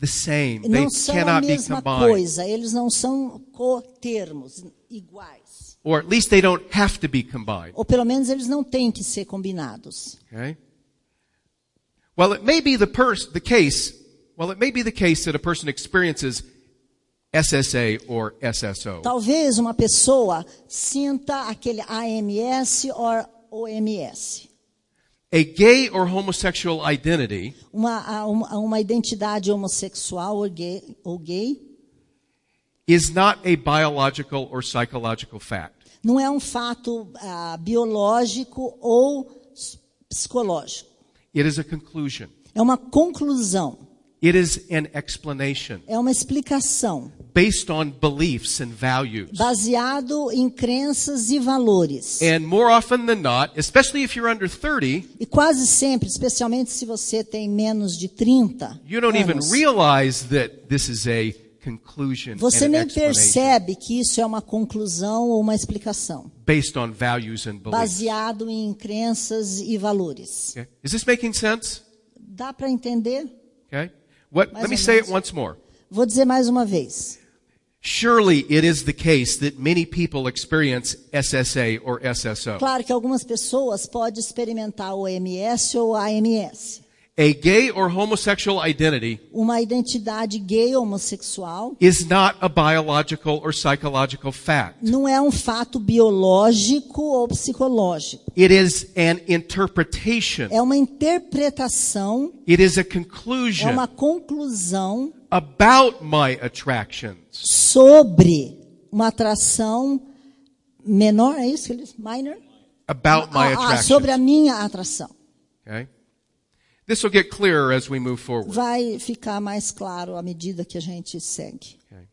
S3: the same. They
S2: não são a
S3: cannot be
S2: mesma
S3: combined.
S2: coisa, eles não são cotermos, iguais.
S3: Or at least they don't have to be combined.
S2: Ou pelo menos eles não têm que ser combinados.
S3: Okay? Well, it may be the pers- the case, well, it may be the case that a person experiences SSA or SSO.
S2: Talvez uma pessoa sinta aquele AMS ou OMS,
S3: A gay or homosexual identity
S2: uma, a- uma, uma identidade homossexual ou gay, ou gay,
S3: is not a biological or psychological fact.
S2: não é um fato ah, biológico ou s- psicológico.
S3: It is a conclusion.
S2: É uma conclusão,
S3: It is an explanation
S2: é uma explicação
S3: based on beliefs and values.
S2: baseado em crenças e valores.
S3: And more often than not, especially if you're under 30,
S2: E quase sempre, especialmente se você tem menos de 30
S3: you don't even
S2: anos,
S3: realize that this is a conclusion
S2: você
S3: and an
S2: nem
S3: explanation
S2: percebe que isso é uma conclusão ou uma explicação.
S3: based on values and beliefs.
S2: baseado em crenças e valores.
S3: Okay. Is this making sense?
S2: Dá para entender?
S3: Okay. What,
S2: Mais
S3: let me
S2: ou
S3: say it
S2: menos.
S3: once more.
S2: Vou dizer mais uma vez.
S3: Surely it is the case that many people experience SSA or SSO.
S2: Claro que algumas pessoas podem experimentar o OMS ou AMS.
S3: a gay or homosexual identity
S2: Uma identidade gay ou homossexual
S3: is not a biological or psychological fact.
S2: não é um fato biológico ou psicológico.
S3: It is an interpretation.
S2: É uma interpretação,
S3: It is a
S2: é
S3: conclusion
S2: uma conclusão
S3: about my attractions.
S2: sobre uma atração menor, é isso que eles minor?
S3: About my
S2: Ah, ah, sobre
S3: attractions.
S2: a minha atração.
S3: Okay? This will get clearer as we move forward.
S2: Vai ficar mais claro à medida que a gente segue.
S3: Okay.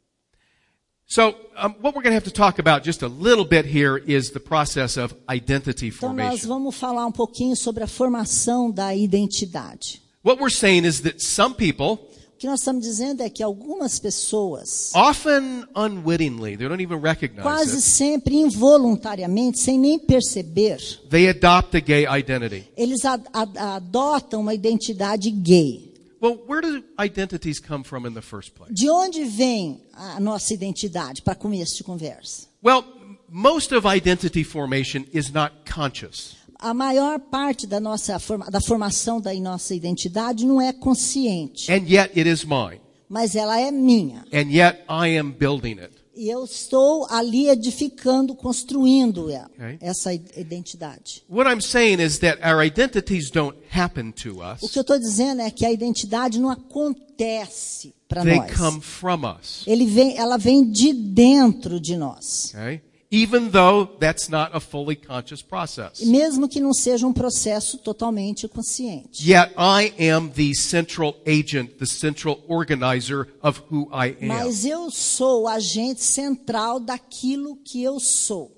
S3: So, um, what we're going to have to talk about just a little bit here is the process of identity
S2: Então nós
S3: formation.
S2: vamos falar um pouquinho sobre a formação da identidade.
S3: What we're saying is that some people,
S2: O que nós estamos dizendo é que algumas pessoas
S3: often unwittingly, they don't even recognize
S2: quase
S3: it,
S2: sempre involuntariamente, sem nem perceber,
S3: they adopt a gay identity.
S2: eles a- a- adotam uma identidade gay.
S3: Well, where do identities come from in the first place?
S2: De onde vem a nossa identidade para começo de conversa?
S3: Well, most of identity formation is not conscious.
S2: A maior parte da nossa forma, da formação da nossa identidade não é consciente,
S3: And yet it is mine.
S2: mas ela é minha.
S3: And yet I am building it.
S2: E eu estou ali edificando, construindo ela,
S3: Ok.
S2: essa i- identidade.
S3: What I'm saying is that our identities don't happen to
S2: O
S3: us.
S2: que eu estou dizendo é que a identidade não acontece para
S3: They
S2: nós.
S3: come from us.
S2: Ele vem, ela vem de dentro de nós.
S3: Okay? Even though that's not a fully conscious
S2: E
S3: process.
S2: Mesmo que não seja um processo totalmente consciente.
S3: Yet I am the central agent, the central organizer of who I am.
S2: Mas eu sou o agente central daquilo que eu sou.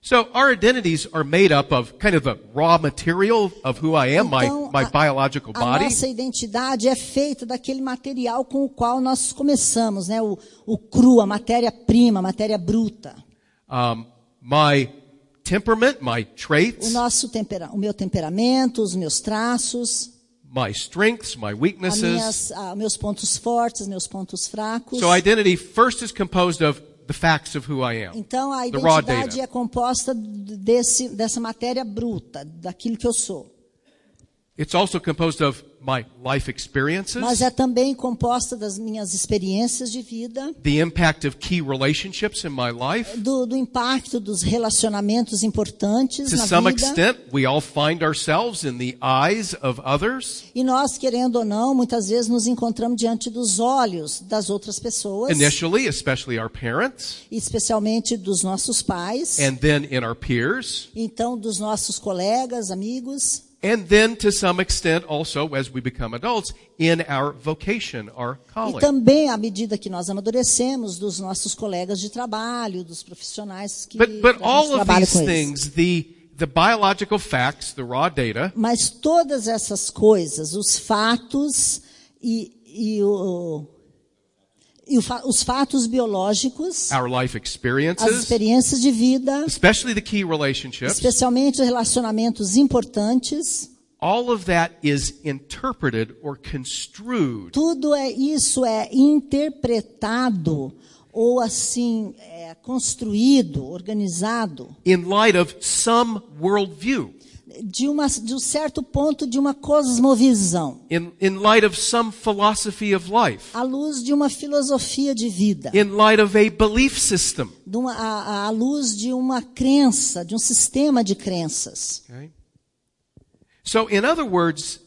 S3: So our identities are made up of kind of the raw material of who I am, É my,
S2: Então,
S3: my
S2: a-
S3: biological
S2: a
S3: body.
S2: nossa identidade é feita daquele material com o qual nós começamos, né? O, o cru, a matéria-prima, a matéria bruta.
S3: um, my temperament, my
S2: O
S3: traits,
S2: nosso tempera, o meu temperamento, os meus traços,
S3: my strengths, my
S2: as
S3: weaknesses.
S2: minhas, ah, meus pontos fortes, meus pontos fracos.
S3: So identity first is composed of the facts of who I am.
S2: Então a
S3: The raw
S2: identidade
S3: data.
S2: é composta desse, dessa matéria bruta, daquilo que eu sou.
S3: It's also composed of my life
S2: Mas
S3: experiences,
S2: é também composta das minhas experiências de vida,
S3: the impact of key relationships in my life.
S2: do, do impacto dos relacionamentos importantes
S3: To
S2: na
S3: some
S2: vida.
S3: extent, we all find ourselves in the eyes of others,
S2: E nós, querendo ou não, muitas vezes nos encontramos diante dos olhos das outras pessoas,
S3: initially, especially our parents,
S2: especialmente dos nossos pais,
S3: and then in our peers,
S2: então dos nossos colegas, amigos,
S3: and then to some extent also, as we become adults, in our vocation, our
S2: e
S3: calling.
S2: também à medida que nós amadurecemos dos nossos colegas de trabalho, dos profissionais que
S3: But but
S2: tra-
S3: all of
S2: trabalham
S3: these
S2: com eles.
S3: things, the the biological facts, the raw data,
S2: Mas todas essas coisas, os fatos e, e o- e o fa- os fatos biológicos,
S3: our life
S2: as
S3: experiences,
S2: experiências de vida,
S3: especially the key relationships,
S2: especialmente os relacionamentos importantes,
S3: all of that is interpreted or construed
S2: tudo é isso é interpretado ou assim é, construído, organizado
S3: in light of some worldview,
S2: de uma de um certo ponto de uma cosmovisão,
S3: in in light of some philosophy of life,
S2: à luz de uma filosofia de vida,
S3: in light of a belief system.
S2: de uma, à, à luz de uma crença, de um sistema de crenças.
S3: Okay? So, in other words,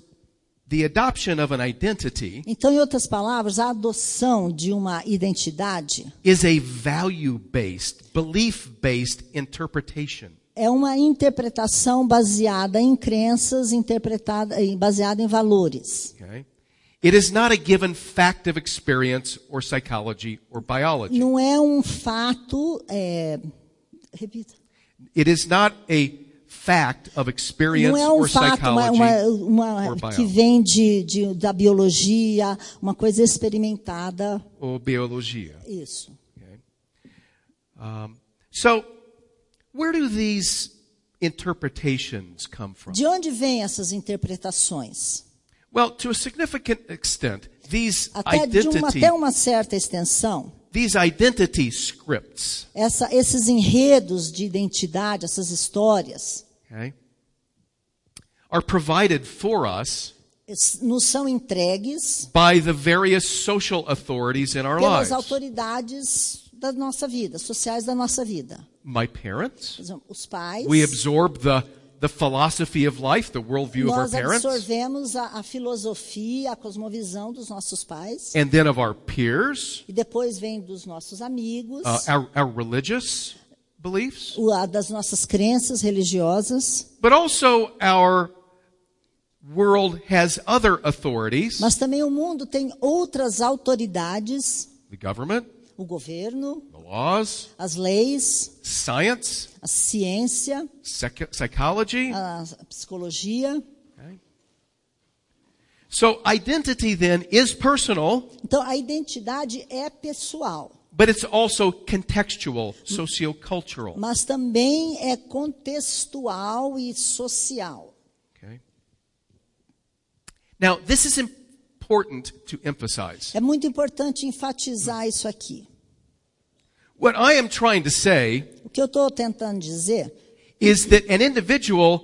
S3: the adoption of an identity
S2: Então, em outras palavras, a adoção de uma identidade
S3: is a value-based, belief-based interpretation.
S2: é uma interpretação baseada em crenças, interpretada em- baseada em valores.
S3: Okay? It is not a given fact of experience or psychology or biology.
S2: Não é um fato, é, repita,
S3: It is not a fact of experience
S2: não é um
S3: or
S2: fato uma,
S3: psychology
S2: uma- uma-
S3: or
S2: que
S3: biology.
S2: vem de, de- da biologia, uma coisa experimentada,
S3: Or biologia.
S2: isso.
S3: So, where do these interpretations come from?
S2: De onde vêm essas interpretações?
S3: Well, to a significant extent, these
S2: Até de uma,
S3: identity,
S2: até uma certa extensão,
S3: these identity scripts,
S2: essa, esses enredos de identidade, essas histórias,
S3: okay, are provided for us
S2: es- nos são entregues
S3: by the various social authorities in our
S2: pelas
S3: lives.
S2: autoridades da nossa vida, sociais da nossa vida.
S3: My parents.
S2: Por exemplo, os pais.
S3: We absorb the, the philosophy of life, the worldview of our
S2: nós
S3: parents,
S2: absorvemos a, a filosofia, a cosmovisão dos nossos pais.
S3: and then of our peers,
S2: E depois vem dos nossos amigos,
S3: uh, our, our religious beliefs,
S2: o- a das nossas crenças religiosas.
S3: but also our world has other authorities
S2: Mas também o mundo tem outras autoridades,
S3: the government,
S2: o governo,
S3: the laws,
S2: as leis,
S3: science,
S2: a ciência,
S3: psych- psychology.
S2: a psicologia.
S3: Okay? So identity then is personal,
S2: Então a identidade é pessoal,
S3: but it's also contextual, sociocultural.
S2: mas também é contextual e social.
S3: Okay? Now, this is important to emphasize.
S2: É muito importante enfatizar isso aqui.
S3: What I am trying to say
S2: O que eu estou tentando dizer
S3: is that an individual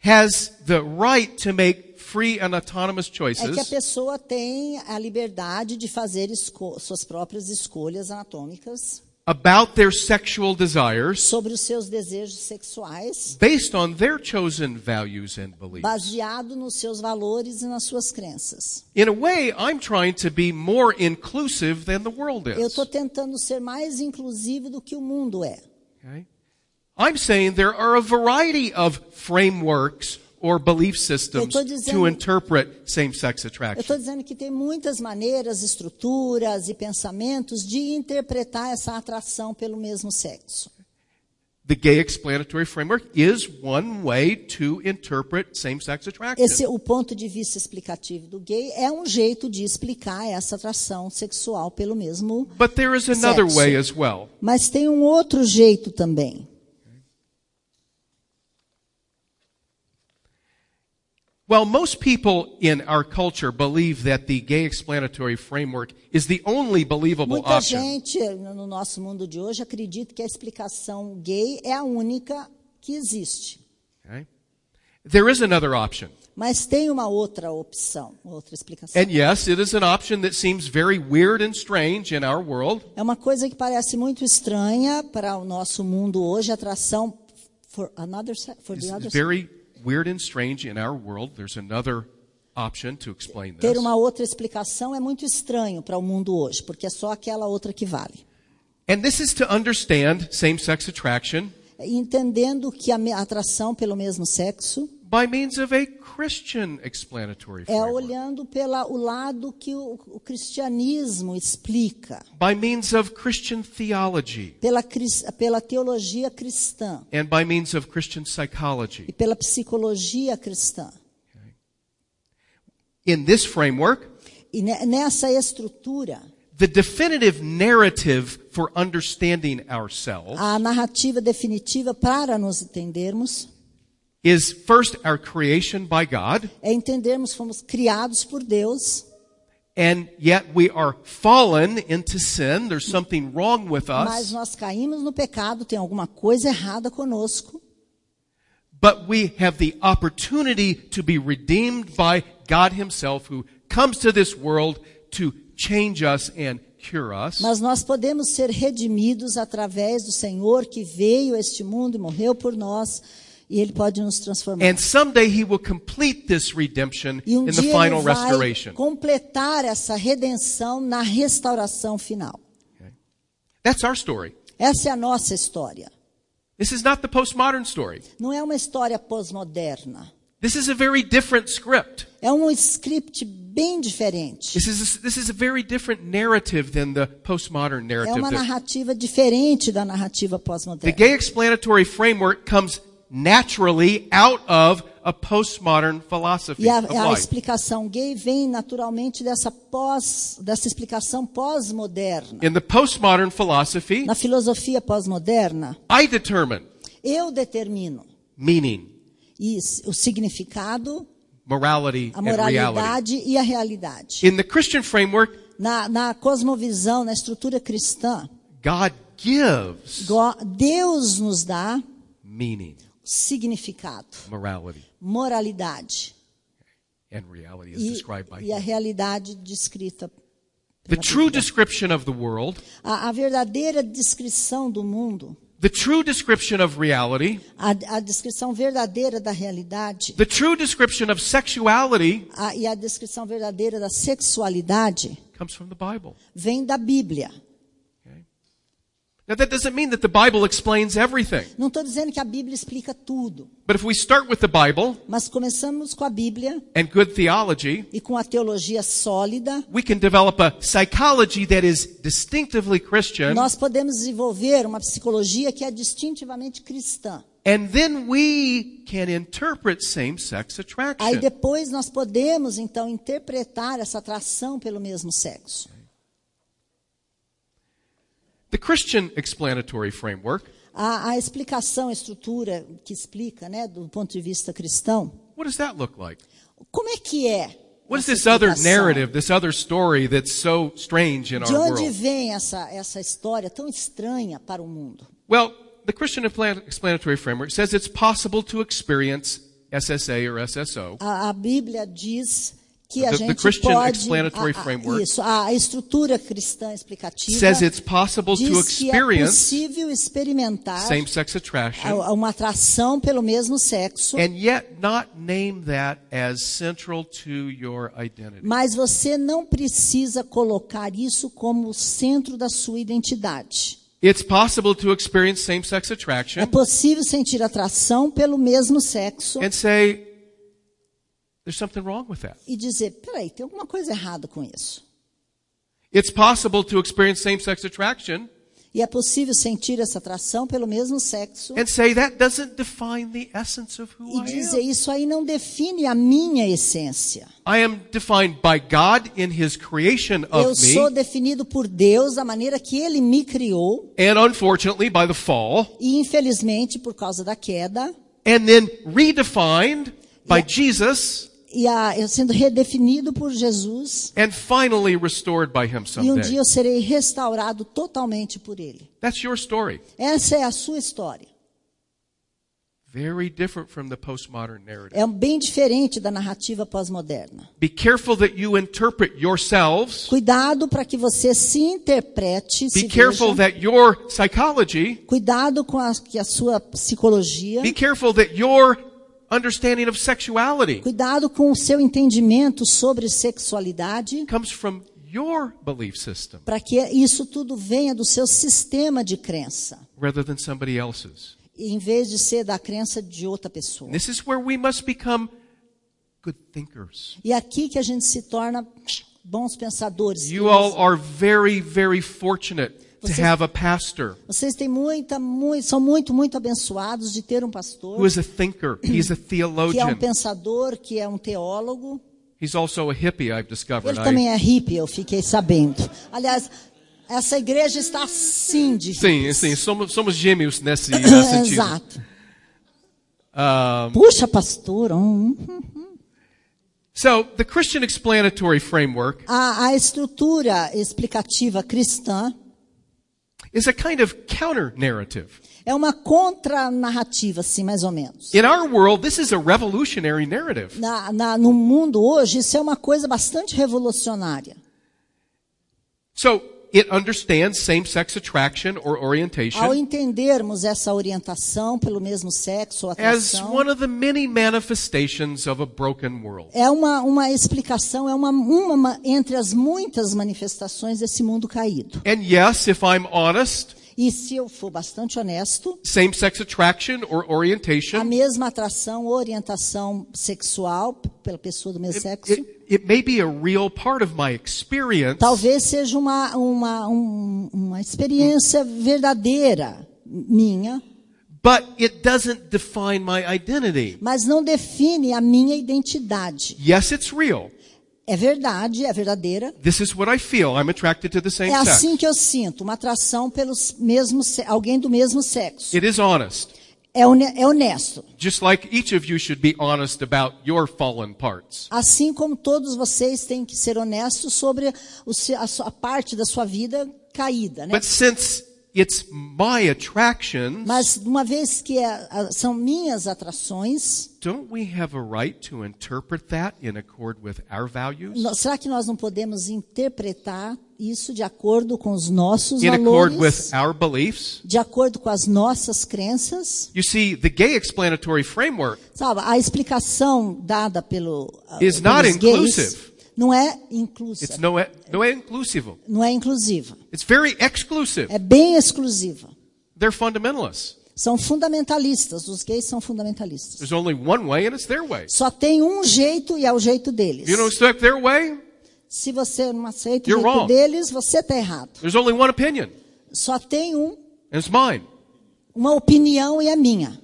S3: has the right to make free and autonomous
S2: é que a
S3: choices
S2: pessoa tem a liberdade de fazer esco- suas próprias escolhas anatômicas
S3: about their sexual desires
S2: sobre os seus desejos sexuais,
S3: based on their chosen values and beliefs.
S2: baseado nos seus valores e nas suas crenças.
S3: In a way, I'm trying to be more inclusive than the world
S2: Eu
S3: is.
S2: estou tentando ser mais inclusivo do que o mundo é.
S3: Okay? I'm saying there are a variety of frameworks or belief systems
S2: Eu tô dizendo-
S3: to interpret same-sex
S2: Eu estou
S3: attraction.
S2: dizendo que tem muitas maneiras, estruturas e pensamentos de interpretar essa atração pelo mesmo sexo.
S3: The gay explanatory framework is one way to interpret same-sex attraction.
S2: Esse é o ponto de vista explicativo do gay é um jeito de explicar essa atração sexual pelo mesmo.
S3: But there is another
S2: Sexo.
S3: way as well.
S2: Mas tem um outro jeito também.
S3: While most people in our culture believe that the gay explanatory framework is the only believable
S2: Muita
S3: option,
S2: gente no no nosso mundo de hoje acredita que a explicação gay é a única que existe.
S3: okay, there is another option.
S2: Mas tem uma outra opção, outra explicação.
S3: And yes, it is an option that seems very weird and strange in our world.
S2: É uma coisa que parece muito estranha para o nosso mundo hoje, atração for another se- for the
S3: It's
S2: other sex.
S3: very weird and strange in our world. There's another option to explain
S2: Ter
S3: this.
S2: uma outra explicação é muito estranho para o mundo hoje, porque é só aquela outra que vale.
S3: And this is to understand same-sex attraction
S2: É, Entendendo que a me- atração pelo mesmo sexo
S3: by means of a Christian explanatory
S2: é
S3: framework,
S2: olhando pela o lado que o, o cristianismo explica,
S3: by means of Christian theology,
S2: pela cris- pela teologia cristã
S3: and by means of Christian
S2: e
S3: psychology.
S2: pela psicologia cristã.
S3: In this framework,
S2: E ne- nessa estrutura
S3: the definitive narrative for understanding ourselves
S2: a narrativa definitiva para nos entendermos
S3: is first our creation by God,
S2: é entendermos fomos criados por Deus,
S3: and yet we are fallen into sin. There's something wrong with
S2: mas
S3: us.
S2: nós caímos no pecado, tem alguma coisa errada conosco,
S3: But we have the opportunity to be redeemed by God Himself who comes to this world to change us and cure us.
S2: mas nós podemos ser redimidos através do Senhor que veio a este mundo e morreu por nós, e ele pode nos transformar.
S3: And someday He will complete this redemption
S2: e um
S3: in the
S2: dia
S3: final
S2: ele vai
S3: restoration.
S2: completar essa redenção na restauração final.
S3: That's our story.
S2: Essa é a nossa história.
S3: This is not the postmodern story.
S2: Não é uma história pós-moderna.
S3: This is a very different script.
S2: É um script bem diferente.
S3: This is, this is a very different narrative than the postmodern
S2: É
S3: narrative.
S2: uma
S3: that-
S2: narrativa diferente da narrativa
S3: The
S2: pós-moderna.
S3: gay explanatory framework comes naturally out of a postmodern philosophy
S2: E a,
S3: of
S2: a
S3: life.
S2: explicação gay vem naturalmente dessa pós, dessa explicação pós-moderna.
S3: In the postmodern philosophy,
S2: Na filosofia pós-moderna,
S3: I determine
S2: eu determino
S3: meaning,
S2: isso, o significado,
S3: morality,
S2: a
S3: and É reality.
S2: moralidade e a realidade.
S3: In the Christian framework,
S2: Na, na cosmovisão, na estrutura cristã,
S3: God gives
S2: go- Deus nos dá
S3: meaning.
S2: o significado,
S3: morality,
S2: moralidade
S3: and reality is
S2: e,
S3: described by
S2: e a
S3: him.
S2: realidade descrita.
S3: The
S2: pela
S3: true
S2: Bíblia.
S3: description of the world,
S2: a, a verdadeira descrição do mundo,
S3: the true description of reality,
S2: a, a descrição verdadeira da realidade
S3: the true description of sexuality
S2: a- e a descrição verdadeira da sexualidade
S3: comes from the Bible.
S2: vem da Bíblia.
S3: Okay? Now that doesn't mean that the Bible explains everything.
S2: Não estou dizendo que a Bíblia explica tudo,
S3: But if we start with the Bible
S2: mas começamos com a Bíblia
S3: and good theology,
S2: e com a teologia sólida,
S3: we can develop a psychology that is distinctively Christian,
S2: nós podemos desenvolver uma psicologia que é distintivamente cristã.
S3: and then we can interpret same-sex
S2: Aí
S3: attraction.
S2: depois nós podemos então interpretar essa atração pelo mesmo sexo.
S3: The Christian explanatory framework,
S2: A, a explicação, a estrutura que explica, né, do ponto de vista cristão,
S3: what does that look like?
S2: como é que é?
S3: What is
S2: essa
S3: this other
S2: explicação?
S3: narrative, this other story that's so strange in
S2: De
S3: our
S2: onde
S3: world?
S2: vem essa, essa história tão estranha para o mundo?
S3: Well, the Christian explan- explanatory framework says it's possible to experience SSA or SSO.
S2: A, a Bíblia diz que
S3: The-
S2: a
S3: the
S2: gente
S3: Christian
S2: pode
S3: explanatory
S2: a, a,
S3: framework
S2: isso, a estrutura cristã explicativa
S3: Says it's possible to
S2: diz que é
S3: experience
S2: possível experimentar
S3: same-sex attraction
S2: a- uma atração pelo mesmo sexo,
S3: and yet not name that as central to your identity.
S2: mas você não precisa colocar isso como o centro da sua identidade.
S3: It's possible to experience same-sex
S2: É
S3: attraction
S2: possível sentir atração pelo mesmo sexo
S3: and say, there's something wrong with that.
S2: e dizer, peraí, tem alguma coisa errada com isso.
S3: It's possible to experience same-sex attraction
S2: E é possível sentir essa atração pelo mesmo sexo
S3: and say that doesn't define the essence of who
S2: e
S3: I
S2: dizer,
S3: am.
S2: isso aí não define a minha essência.
S3: I am defined by God in His creation
S2: Eu
S3: of
S2: sou
S3: me
S2: definido por Deus da maneira que Ele me criou
S3: and unfortunately by the fall
S2: e, infelizmente, por causa da queda,
S3: and then redefined by
S2: Yeah.
S3: Jesus
S2: e a, eu sendo redefinido por Jesus
S3: and finally restored by Him
S2: e um dia
S3: someday.
S2: eu serei restaurado totalmente por Ele.
S3: That's your story.
S2: Essa é a sua história.
S3: Very different from the postmodern narrative.
S2: É bem diferente da narrativa pós-moderna.
S3: Be careful that you interpret yourselves.
S2: Cuidado para que você se interprete, se
S3: Be careful
S2: veja.
S3: that your psychology,
S2: Cuidado com a, que a sua psicologia.
S3: be careful that your understanding of sexuality
S2: Cuidado com o seu entendimento sobre sexualidade,
S3: comes from your belief system
S2: para que isso tudo venha do seu sistema de crença,
S3: rather than somebody else's.
S2: em vez de ser da crença de outra pessoa.
S3: And this is where we must become good thinkers.
S2: E aqui que a gente se torna bons pensadores.
S3: You all are very, very fortunate to
S2: Vocês-
S3: have a pastor
S2: Vocês têm muita, muito, são muito, muito abençoados de ter um
S3: who
S2: pastor
S3: is a thinker. He's
S2: que é
S3: a
S2: um
S3: theologian.
S2: pensador, que é um teólogo.
S3: He's also a hippie, I've discovered.
S2: Ele
S3: I-
S2: também é hippie, eu fiquei sabendo. Aliás, essa igreja está assim de
S3: Sim,
S2: hippies.
S3: sim, somos, somos gêmeos
S2: <clears throat> <laughs>
S3: nesse eh, sentido.
S2: Exato.
S3: Um,
S2: Puxa, pastor, hum.
S3: so the Christian explanatory framework
S2: A, a estrutura explicativa cristã
S3: is a kind of counter narrative.
S2: é uma contranarrativa, assim, mais ou menos.
S3: In our world, this is a revolutionary narrative.
S2: Na, na- no mundo hoje, isso é uma coisa bastante revolucionária.
S3: So it understands same-sex attraction or
S2: Ao
S3: orientation
S2: entendermos essa orientação pelo mesmo sexo ou
S3: É as
S2: atração,
S3: one of the many manifestations of a broken world.
S2: é uma, uma explicação, é uma, uma ma- entre as muitas manifestações desse mundo caído.
S3: And yes, if I'm honest,
S2: E se eu for bastante honesto,
S3: same-sex attraction or
S2: a
S3: orientation,
S2: mesma atração ou orientação sexual p- pela pessoa do mesmo sexo
S3: it, it may be a real part of my experience.
S2: talvez seja uma, uma, um- uma experiência verdadeira minha,
S3: But it doesn't define my identity.
S2: mas não define a minha identidade.
S3: Yes, it's real.
S2: É verdade, é verdadeira.
S3: This is what I feel. I'm attracted to the same
S2: É
S3: sex.
S2: assim que eu sinto, uma atração pelos mesmos, se- alguém do mesmo sexo.
S3: It is honest.
S2: É, hone- é honesto.
S3: Just like each of you should be honest about your fallen parts.
S2: Assim como todos vocês têm que ser honestos sobre o se- a, sua- a parte da sua vida caída, né?
S3: But since it's my attractions.
S2: Mas uma vez que é- a- são minhas atrações,
S3: Don't we have a right to interpret that in accord with our values?
S2: no- será que nós não podemos interpretar isso de acordo com os nossos
S3: In accord with
S2: valores,
S3: our beliefs?
S2: de acordo com as nossas crenças?
S3: You see, the gay explanatory framework
S2: Sabe, a explicação dada pelo ah, pelos
S3: Is not
S2: gays
S3: inclusive.
S2: não é inclusiva,
S3: It's no, no inclusivo.
S2: não é inclusiva,
S3: It's very exclusive.
S2: é bem exclusiva.
S3: They're fundamentalists.
S2: São fundamentalistas, os gays são fundamentalistas.
S3: There's only one way, and it's their way.
S2: Só tem um jeito e é o jeito deles.
S3: You don't accept their way?
S2: Se você não aceita o
S3: You're
S2: jeito
S3: wrong.
S2: deles, você está errado.
S3: There's only one opinion,
S2: Só tem um,
S3: and it's mine.
S2: uma opinião e é minha.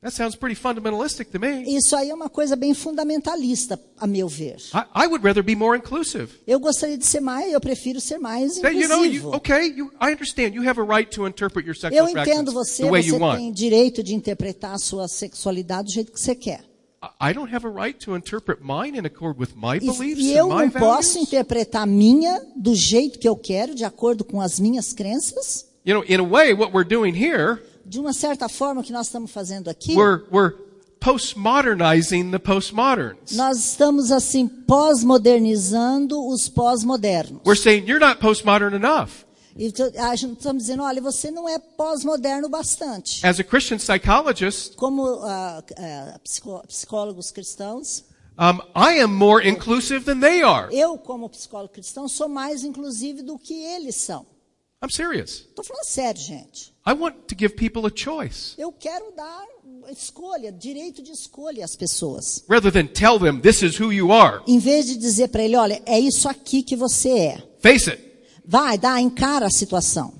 S3: That sounds pretty fundamentalistic to me.
S2: Isso aí é uma coisa bem fundamentalista, a meu ver.
S3: I, I would rather be more inclusive.
S2: Eu gostaria de ser mais, eu prefiro ser mais
S3: That, you know, you,
S2: inclusivo.
S3: okay, you, I understand. You have a right to interpret your sexual
S2: Eu entendo
S3: attractions
S2: você,
S3: the way you
S2: você
S3: want.
S2: tem direito de interpretar a sua sexualidade do jeito que você quer.
S3: I- I don't have a right to interpret mine in accord with my
S2: E,
S3: beliefs
S2: e
S3: and
S2: eu
S3: my
S2: não
S3: values.
S2: posso interpretar a minha do jeito que eu quero, de acordo com as minhas crenças.
S3: You know, in a way, what we're doing here,
S2: De uma certa forma, o que nós estamos fazendo aqui,
S3: we're, we're postmodernizing the postmoderns.
S2: nós estamos assim pós-modernizando os pós-modernos.
S3: We're saying you're not postmodern enough.
S2: E t- a gente- estamos dizendo, olha, você não é pós-moderno o bastante.
S3: As a Christian psychologist,
S2: Como ah, ah, psicó- psicólogos cristãos,
S3: um, I am more inclusive than they are.
S2: eu, como psicólogo cristão, sou mais inclusive do que eles são.
S3: I'm serious.
S2: Estou falando sério, gente.
S3: I want to give people a choice
S2: Eu quero dar escolha, direito de escolha às pessoas.
S3: rather than tell them this is who you are.
S2: Em vez de dizer para ele, olha, é isso aqui que você é.
S3: Face it.
S2: Vai, dá, encara a situação.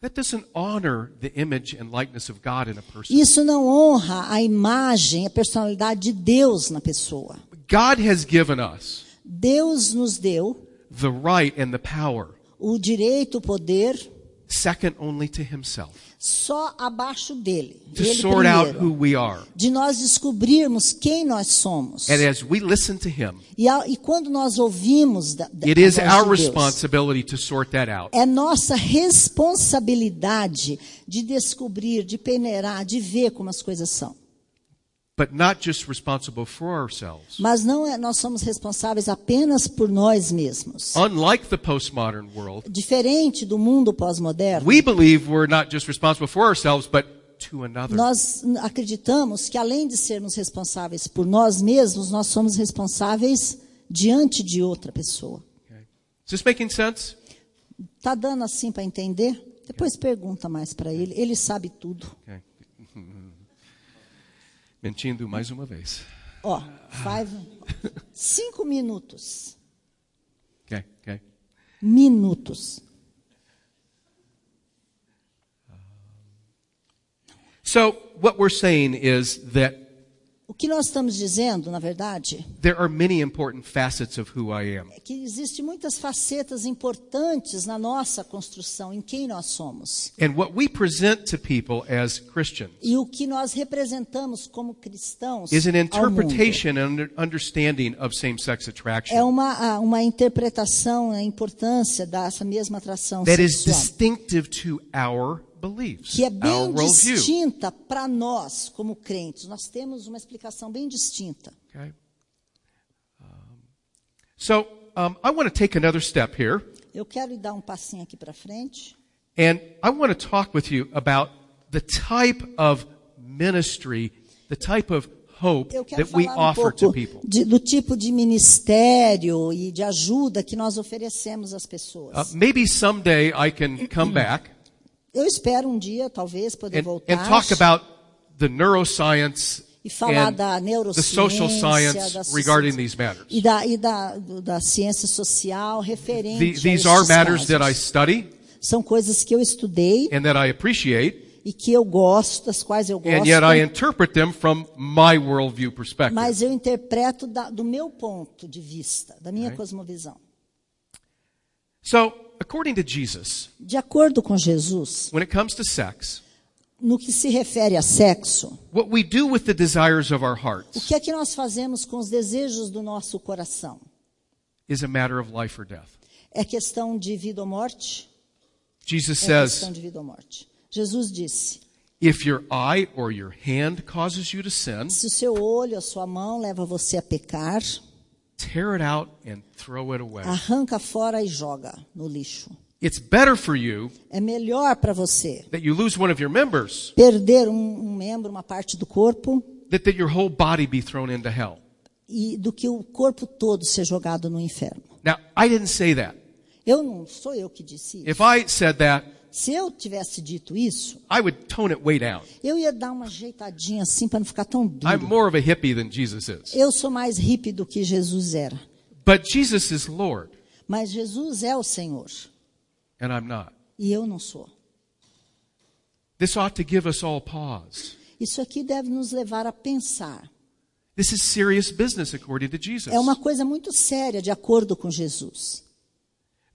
S3: That doesn't honor the image and likeness of God in a person.
S2: Isso não honra a imagem, a personalidade de Deus na pessoa.
S3: God has given us
S2: Deus nos deu
S3: the right and the power,
S2: o direito, o poder
S3: second only to Himself,
S2: só abaixo dele,
S3: to
S2: ele
S3: sort out who
S2: primeiro,
S3: we are.
S2: de nós descobrirmos quem nós somos.
S3: And as we listen to Him,
S2: E, a- e quando nós ouvimos da, da,
S3: it is
S2: a voz
S3: our
S2: de Deus,
S3: responsibility to sort that out.
S2: é nossa responsabilidade de descobrir, de peneirar, de ver como as coisas são.
S3: But not just responsible for ourselves.
S2: Mas não é, nós somos responsáveis apenas por nós mesmos.
S3: Unlike the postmodern world,
S2: Diferente do mundo pós-moderno,
S3: We believe we're not just responsible for ourselves, but to another.
S2: nós n- acreditamos que além de sermos responsáveis por nós mesmos, nós somos responsáveis diante de outra pessoa.
S3: Okay. Is this making sense?
S2: Tá dando assim para entender? Depois pergunta mais para ele, ele sabe tudo.
S3: Okay. <laughs> Mentindo mais uma vez.
S2: Ó, five, cinco minutos,
S3: Okay, okay.
S2: minutos.
S3: So what we're saying is that
S2: O que nós estamos dizendo, na verdade,
S3: there are many important facets of who I am.
S2: é que existem muitas facetas importantes na nossa construção, em quem nós somos.
S3: And what we present to people as Christians
S2: E o que nós representamos como cristãos
S3: is an
S2: ao mundo.
S3: interpretation and under- understanding of same-sex
S2: É
S3: attraction
S2: uma, a- uma interpretação, a importância dessa mesma atração
S3: that is
S2: sexual.
S3: distinctive to our beliefs,
S2: que é
S3: our
S2: bem
S3: um worldview.
S2: distinta para nós como crentes. Nós temos uma explicação bem distinta.
S3: Okay. Um, So um, I want to take another step here,
S2: Eu quero dar um passinho aqui para frente.
S3: and I want to talk with you about the type of ministry, the type of hope
S2: Eu quero
S3: that we
S2: falar um
S3: offer to
S2: pouco
S3: people.
S2: de- do tipo de ministério e de ajuda que nós oferecemos às pessoas.
S3: Uh, maybe someday I can
S2: <clears throat>
S3: come back
S2: Eu espero um dia, talvez, poder
S3: and,
S2: voltar
S3: and talk about the neuroscience
S2: e falar
S3: and
S2: da
S3: the
S2: neurociência,
S3: social
S2: da
S3: science
S2: soci-
S3: regarding these matters.
S2: e da, e da, do- da ciência social referente
S3: The- these
S2: a
S3: are
S2: estes
S3: matters that I
S2: casos.
S3: study
S2: São coisas que eu estudei
S3: and that I appreciate,
S2: e que eu gosto, das quais eu gosto,
S3: and yet I interpret them from my worldview perspective.
S2: mas eu interpreto da, do meu ponto de vista, da minha cosmovisão.
S3: So, according to Jesus,
S2: De acordo com Jesus,
S3: when it comes to sex,
S2: no que se refere a sexo,
S3: what we do with the desires of our
S2: o
S3: hearts
S2: que é que nós fazemos com os desejos do nosso coração?
S3: is a matter of life or death.
S2: É questão de vida ou morte?
S3: Jesus
S2: É questão
S3: says,
S2: de vida ou morte. Jesus disse:
S3: if your eye or your hand causes you to sin,
S2: se o seu olho, a sua mão leva você a pecar,
S3: tear it out and throw it away.
S2: arranca fora e joga no lixo.
S3: It's better for you
S2: É melhor para você
S3: that you lose one of your members
S2: perder um, um membro, uma parte do corpo,
S3: than that your whole body be thrown into hell.
S2: e do que o corpo todo ser jogado no inferno.
S3: Now, I didn't say that.
S2: Eu não sou eu que disse isso.
S3: If I said that,
S2: Se eu tivesse dito isso,
S3: I would tone it way down.
S2: eu ia dar uma ajeitadinha assim para não ficar tão duro.
S3: I'm more of a hippie than Jesus is.
S2: Eu sou mais hippie do que Jesus era,
S3: But Jesus is Lord,
S2: mas Jesus é o Senhor
S3: and I'm not.
S2: e eu não sou.
S3: This ought to give us all pause.
S2: Isso aqui deve nos levar a pensar.
S3: This is serious business according to Jesus.
S2: É uma coisa muito séria, de acordo com Jesus.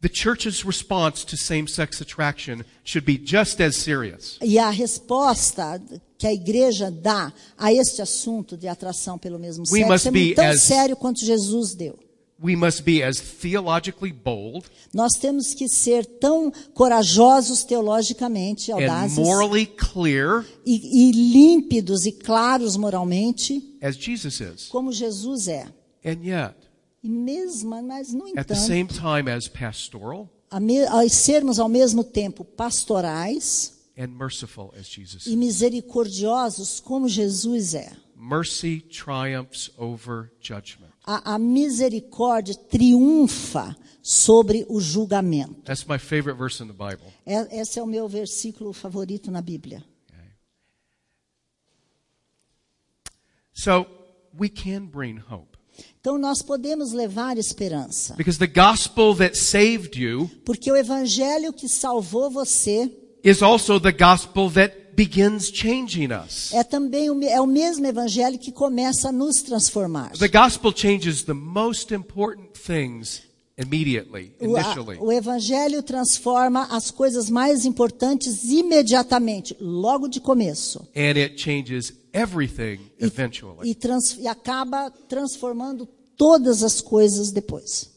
S3: The church's response to same sex attraction should be just as serious.
S2: E a resposta que a igreja dá a este assunto de atração pelo mesmo
S3: We must
S2: sexo
S3: be
S2: é tão
S3: as-
S2: sério quanto Jesus deu.
S3: We must be as theologically bold
S2: Nós temos que ser tão corajosos teologicamente,
S3: and
S2: audazes,
S3: morally clear
S2: e, e límpidos e claros moralmente,
S3: as Jesus is.
S2: como Jesus é.
S3: And yet,
S2: E mesmo, mas no
S3: at the
S2: entanto,
S3: same time as pastoral
S2: a me- a sermos ao mesmo tempo pastorais
S3: and merciful as Jesus
S2: e
S3: is.
S2: misericordiosos como Jesus é.
S3: Mercy triumphs over judgment.
S2: A, a misericórdia triunfa sobre o julgamento.
S3: That's my favorite verse in the Bible.
S2: É, esse é o meu versículo favorito na Bíblia.
S3: So we can bring hope
S2: Então nós podemos levar esperança,
S3: because the gospel that saved you
S2: porque o evangelho que salvou você
S3: is also the gospel that begins changing us.
S2: é também o, me- é o mesmo evangelho que começa a nos transformar.
S3: The gospel changes the most important things immediately,
S2: O, a-
S3: initially.
S2: o evangelho transforma as coisas mais importantes imediatamente, logo de começo,
S3: And it changes everything eventually.
S2: e, trans, e acaba transformando todas as coisas depois.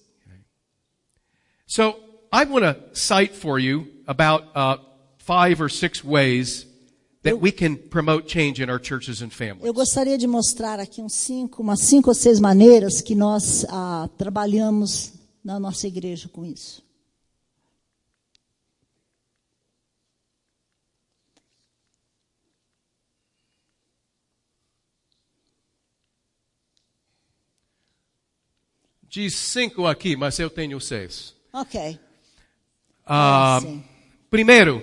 S3: So I want to cite for you about uh, five or six ways that we can promote change in our churches and
S2: Eu
S3: families.
S2: gostaria de mostrar aqui uns cinco, umas cinco ou seis maneiras que nós ah, trabalhamos na nossa igreja com isso.
S3: Diz cinco aqui, mas eu tenho seis.
S2: Ok. É assim.
S3: Ah,
S2: Sim.
S3: Primero,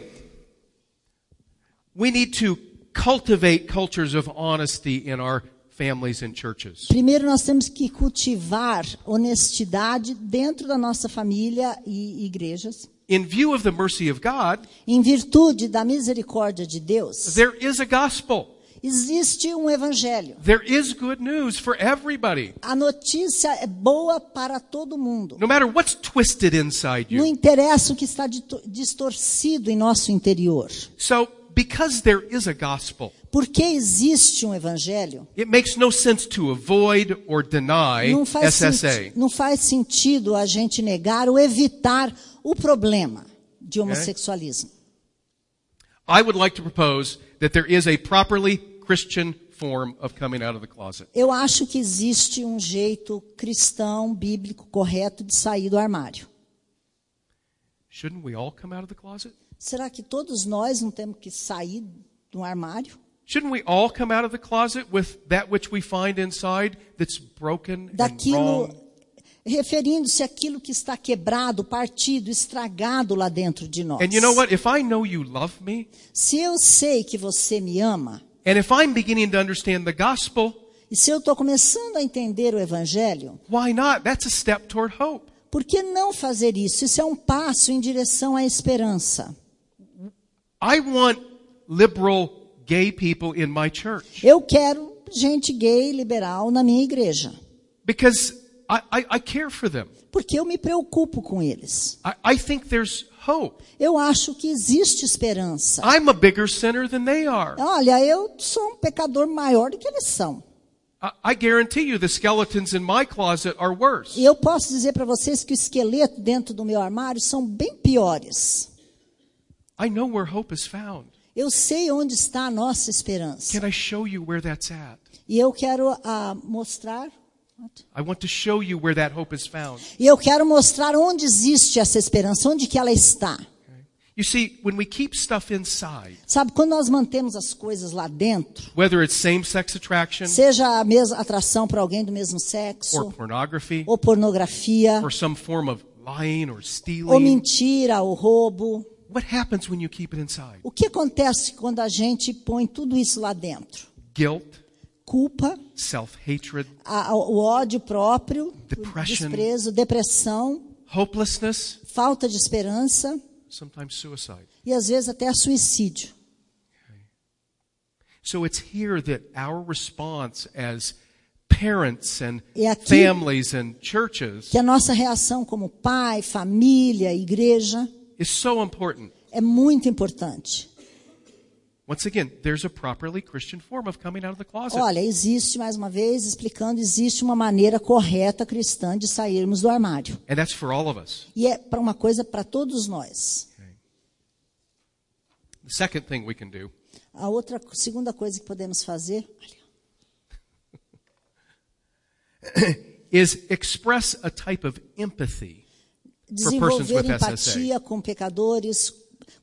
S3: we need to cultivate cultures of honesty in our families and churches.
S2: Primeiro, nós temos que cultivar honestidade dentro da nossa família e igrejas.
S3: In view of the mercy of God,
S2: Em virtude da misericórdia de Deus,
S3: there is a gospel.
S2: existe um evangelho.
S3: There is good news for everybody.
S2: A notícia é boa para todo mundo.
S3: No matter what's twisted inside
S2: Não
S3: you.
S2: interessa o que está dito- distorcido em nosso interior.
S3: So, because there is a gospel,
S2: Porque existe um evangelho,
S3: it makes no sense to avoid or deny
S2: não faz,
S3: SSA.
S2: senti- não faz sentido a gente negar ou evitar o problema de homossexualismo.
S3: I would like to propose that there is a properly Christian form of coming out of the closet.
S2: Eu acho que existe um jeito cristão, bíblico, correto de sair do armário.
S3: Shouldn't we all come out of the closet?
S2: Será que todos nós não temos que sair do armário?
S3: Shouldn't we all come out of the closet with that which we find inside that's broken and
S2: Daquilo,
S3: wrong?
S2: referindo-se àquilo que está quebrado, partido, estragado lá dentro de nós.
S3: And you know what? If I know you love me,
S2: Se eu sei que você me ama,
S3: and if I'm beginning to understand the gospel,
S2: e se eu estou começando a entender o evangelho,
S3: why not? That's a step toward hope.
S2: Por que não fazer isso? Isso é um passo em direção à esperança.
S3: I want liberal gay people in my church
S2: Eu quero gente gay liberal na minha igreja,
S3: because I, I, I care for them.
S2: porque eu me preocupo com eles.
S3: I, I think there's hope.
S2: Eu acho que existe esperança.
S3: I'm a bigger sinner than they are.
S2: Olha, eu sou um pecador maior do que eles são.
S3: I, I guarantee you the skeletons in my closet are worse.
S2: E eu posso dizer para vocês que o esqueleto dentro do meu armário são bem piores.
S3: I know where hope is found.
S2: Eu sei onde está a nossa esperança.
S3: Can I show you where that's at?
S2: E eu quero ah, mostrar.
S3: I want to show you where that hope is found.
S2: E eu quero mostrar onde existe essa esperança, onde que ela está.
S3: Okay? You see, when we keep stuff inside,
S2: Sabe, quando nós mantemos as coisas lá dentro,
S3: whether it's same-sex attraction
S2: seja a mesma atração para alguém do mesmo
S3: or
S2: sexo,
S3: pornography
S2: ou pornografia,
S3: or some form of lying or
S2: ou
S3: stealing,
S2: mentira, ou roubo,
S3: what happens when you keep it inside?
S2: o que acontece quando a gente põe tudo isso lá dentro?
S3: Guilt,
S2: Culpa,
S3: self-hatred,
S2: a- o ódio próprio, o
S3: Depression.
S2: desprezo, depressão,
S3: hopelessness,
S2: falta de esperança
S3: sometimes suicide.
S2: e às vezes até suicídio.
S3: So it's here that our response as parents and
S2: É aqui-
S3: families and churches
S2: Que a nossa reação como pai, família, igreja
S3: is so important.
S2: é muito importante.
S3: Once again, there's a properly Christian form of coming out of the closet.
S2: Olha, existe, mais uma vez, explicando, existe uma maneira correta cristã de sairmos do armário.
S3: And that's for all of us.
S2: E é para uma coisa para todos nós.
S3: The second thing we can do
S2: A outra, segunda coisa que podemos fazer
S3: is express a type of empathy. persons
S2: desenvolver
S3: with
S2: empatia com pecadores,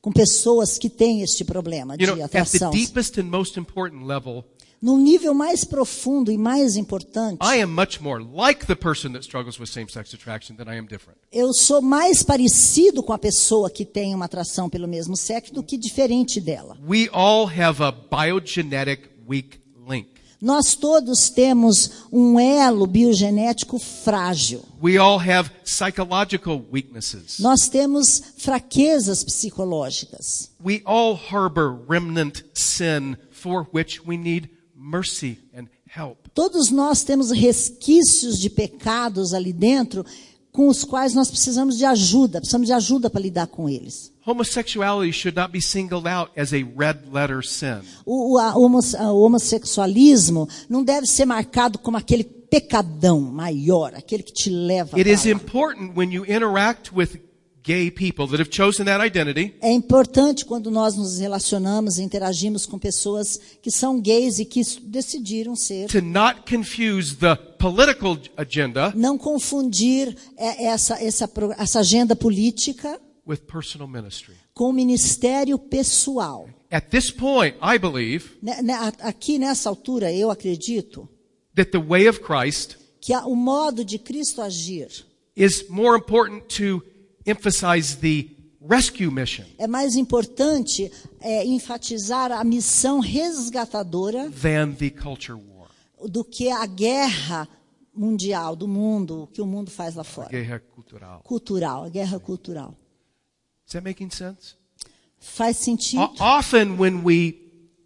S2: com pessoas que têm este problema de
S3: You know, at the
S2: atração.
S3: deepest and most important level,
S2: Num nível mais profundo e mais importante,
S3: I am much more like the person that struggles with same sex attraction than I am different.
S2: eu sou mais parecido com a pessoa que tem uma atração pelo mesmo sexo do que diferente dela.
S3: We all have a biogenetic weak link.
S2: Nós todos temos um elo biogenético frágil.
S3: We all have psychological weaknesses.
S2: Nós temos fraquezas psicológicas.
S3: We all harbor remnant sin for which we need mercy and help.
S2: Todos nós temos resquícios de pecados ali dentro com os quais nós precisamos de ajuda, precisamos de ajuda para lidar com eles.
S3: Homosexuality should not be singled out as a red letter sin.
S2: O, o- a homosse- a- o homossexualismo não deve ser marcado como aquele pecadão maior, aquele que te leva
S3: It
S2: pra
S3: is
S2: lá.
S3: important when you interact with gay people that have chosen that identity
S2: É importante quando nós nos relacionamos e interagimos com pessoas que são gays e que s- decidiram ser.
S3: to not confuse the political agenda
S2: Não confundir é, essa, essa, pro- essa agenda política
S3: with personal ministry.
S2: com o ministério pessoal.
S3: At this point, I believe
S2: Né- né, a- Aqui nessa altura, eu acredito
S3: that the way of Christ
S2: que a- o modo de Cristo agir
S3: is more important to emphasize the rescue mission
S2: é mais importante é, enfatizar a missão resgatadora
S3: than the culture war.
S2: do que a guerra mundial do mundo, o que o mundo faz lá fora.
S3: Guerra cultural.
S2: Cultural, a guerra cultural.
S3: Is that making sense?
S2: Faz sentido?
S3: O- often when we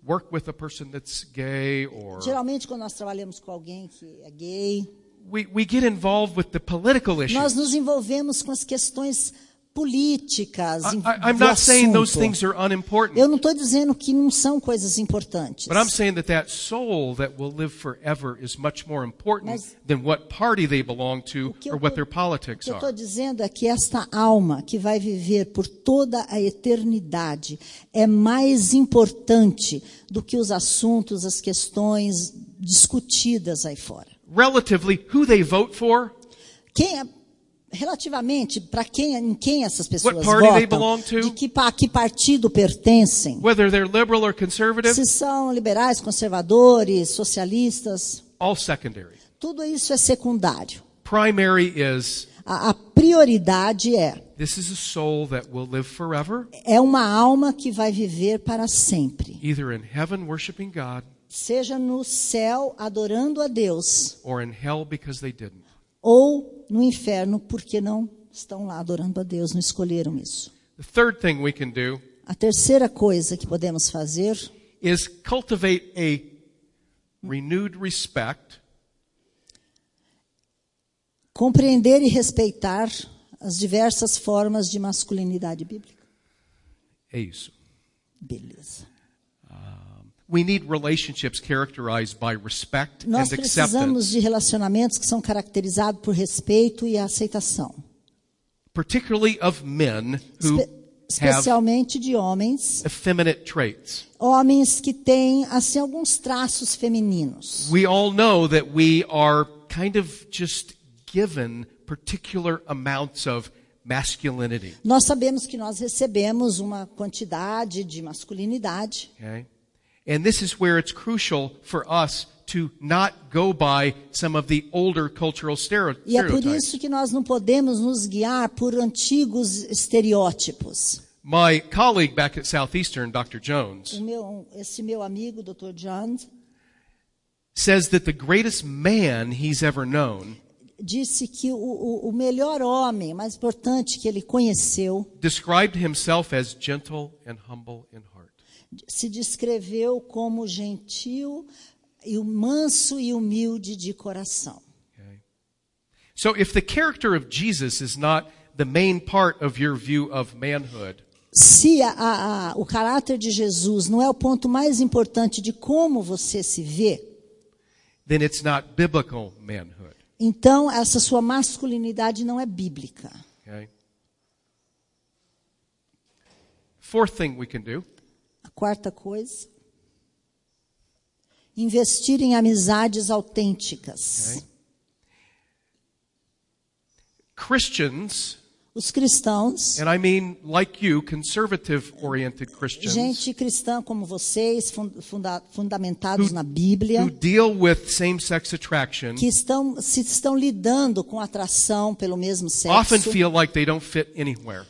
S3: work with a person that's gay or
S2: Geralmente, quando nós trabalhamos com alguém que é gay,
S3: we, we get involved with the political
S2: nós
S3: issues.
S2: nos envolvemos com as questões políticas.
S3: I,
S2: em-
S3: I- I'm
S2: do
S3: not saying those
S2: assunto.
S3: things are
S2: Eu
S3: unimportant,
S2: não estou dizendo que não são coisas importantes.
S3: but I'm saying that that soul that will live forever is much more important
S2: Mas-
S3: than what party they belong
S2: O
S3: to
S2: que
S3: or
S2: eu
S3: what
S2: tô-
S3: their
S2: O
S3: politics
S2: que eu estou
S3: are.
S2: dizendo é que esta alma que vai viver por toda a eternidade é mais importante do que os assuntos, as questões discutidas aí fora.
S3: Relatively, who they vote for,
S2: Quem é- relativamente para quem em quem essas pessoas
S3: What party they
S2: votam,
S3: belong to?
S2: de que pa- a que partido pertencem,
S3: whether they're liberal or conservative,
S2: se são liberais, conservadores, socialistas,
S3: all secondary.
S2: tudo isso é secundário.
S3: Primary is
S2: A- a prioridade é
S3: this is a soul that will live forever,
S2: é uma alma que vai viver para sempre.
S3: either in heaven worshiping God
S2: seja no céu adorando a Deus
S3: or in hell because they didn't.
S2: ou no inferno porque não estão lá adorando a Deus, não escolheram isso.
S3: The third thing we can do
S2: A terceira coisa que podemos fazer
S3: is cultivate a renewed respect
S2: compreender e respeitar as diversas formas de masculinidade bíblica.
S3: É isso.
S2: Beleza.
S3: We need relationships characterized by respect
S2: Nós
S3: and acceptance,
S2: precisamos de relacionamentos que são caracterizados por respeito e aceitação,
S3: particularly of men who
S2: espe-
S3: have
S2: especialmente de homens,
S3: effeminate traits.
S2: homens que têm assim alguns traços femininos.
S3: We all know that we are kind of just given particular amounts of masculinity,
S2: Nós sabemos que nós recebemos uma quantidade de masculinidade
S3: okay? And this is where it's crucial for us to not go by some of the older cultural stero-
S2: e é por
S3: stereotypes.
S2: isso que nós não podemos nos guiar por antigos estereótipos.
S3: My colleague back at Southeastern, Dr.
S2: O
S3: Jones,
S2: meu, esse meu amigo, Dr. Jones,
S3: says that the greatest man he's ever known
S2: disse que o, o, o melhor homem, o mais importante que ele conheceu,
S3: described himself as gentle and humble in heart.
S2: se descreveu como gentil e o manso e humilde de coração.
S3: Okay? So if the character of Jesus is not the main part of your view of manhood,
S2: Se a- a- a- o caráter de Jesus não é o ponto mais importante de como você se vê,
S3: then it's not biblical manhood.
S2: então essa sua masculinidade não é bíblica.
S3: Okay? Fourth thing we can do
S2: A quarta coisa, investir em amizades autênticas.
S3: Christians,
S2: Os cristãos
S3: and I mean like you, conservative oriented Christians
S2: Gente cristã como vocês, fun- funda- fundamentados na Bíblia,
S3: who deal with same sex attraction
S2: que estão, se estão lidando com atração pelo mesmo
S3: often
S2: sexo,
S3: feel like they don't fit anywhere.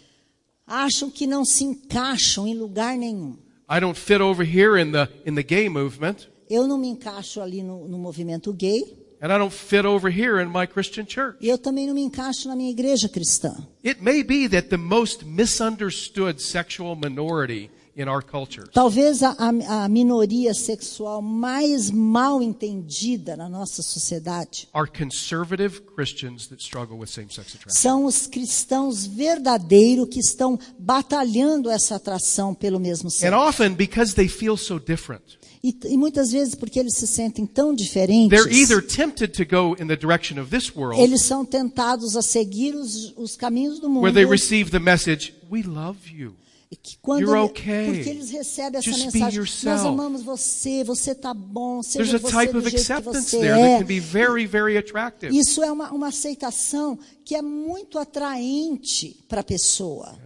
S2: acham que não se encaixam em lugar nenhum.
S3: I don't fit over here in the in the gay movement,
S2: Eu não me encaixo ali no, no movimento gay,
S3: and I don't fit over here in my Christian church.
S2: e eu também não me encaixo na minha igreja cristã.
S3: It may be that the most misunderstood sexual minority in our culture
S2: Talvez a, a- a minoria sexual mais mal entendida na nossa sociedade
S3: are conservative Christians that struggle with same-sex attraction.
S2: são os cristãos verdadeiros que estão batalhando essa atração pelo mesmo sexo.
S3: And often because they feel so different,
S2: E, e muitas vezes porque eles se sentem tão
S3: they're either
S2: diferentes,
S3: tempted to go in the direction of this world
S2: eles são tentados a seguir os, os caminhos do mundo.
S3: where they receive the message, "We love you."
S2: e que quando
S3: "You're
S2: ele-
S3: okay.
S2: Porque eles recebem essa
S3: Just be
S2: mensagem:
S3: yourself."
S2: Nós amamos você, você tá bom,
S3: There's
S2: seja
S3: a
S2: você
S3: type
S2: do
S3: of
S2: jeito que
S3: acceptance
S2: você
S3: there that
S2: é.
S3: can be very very attractive.
S2: Isso é uma, uma aceitação que é muito atraente para a pessoa.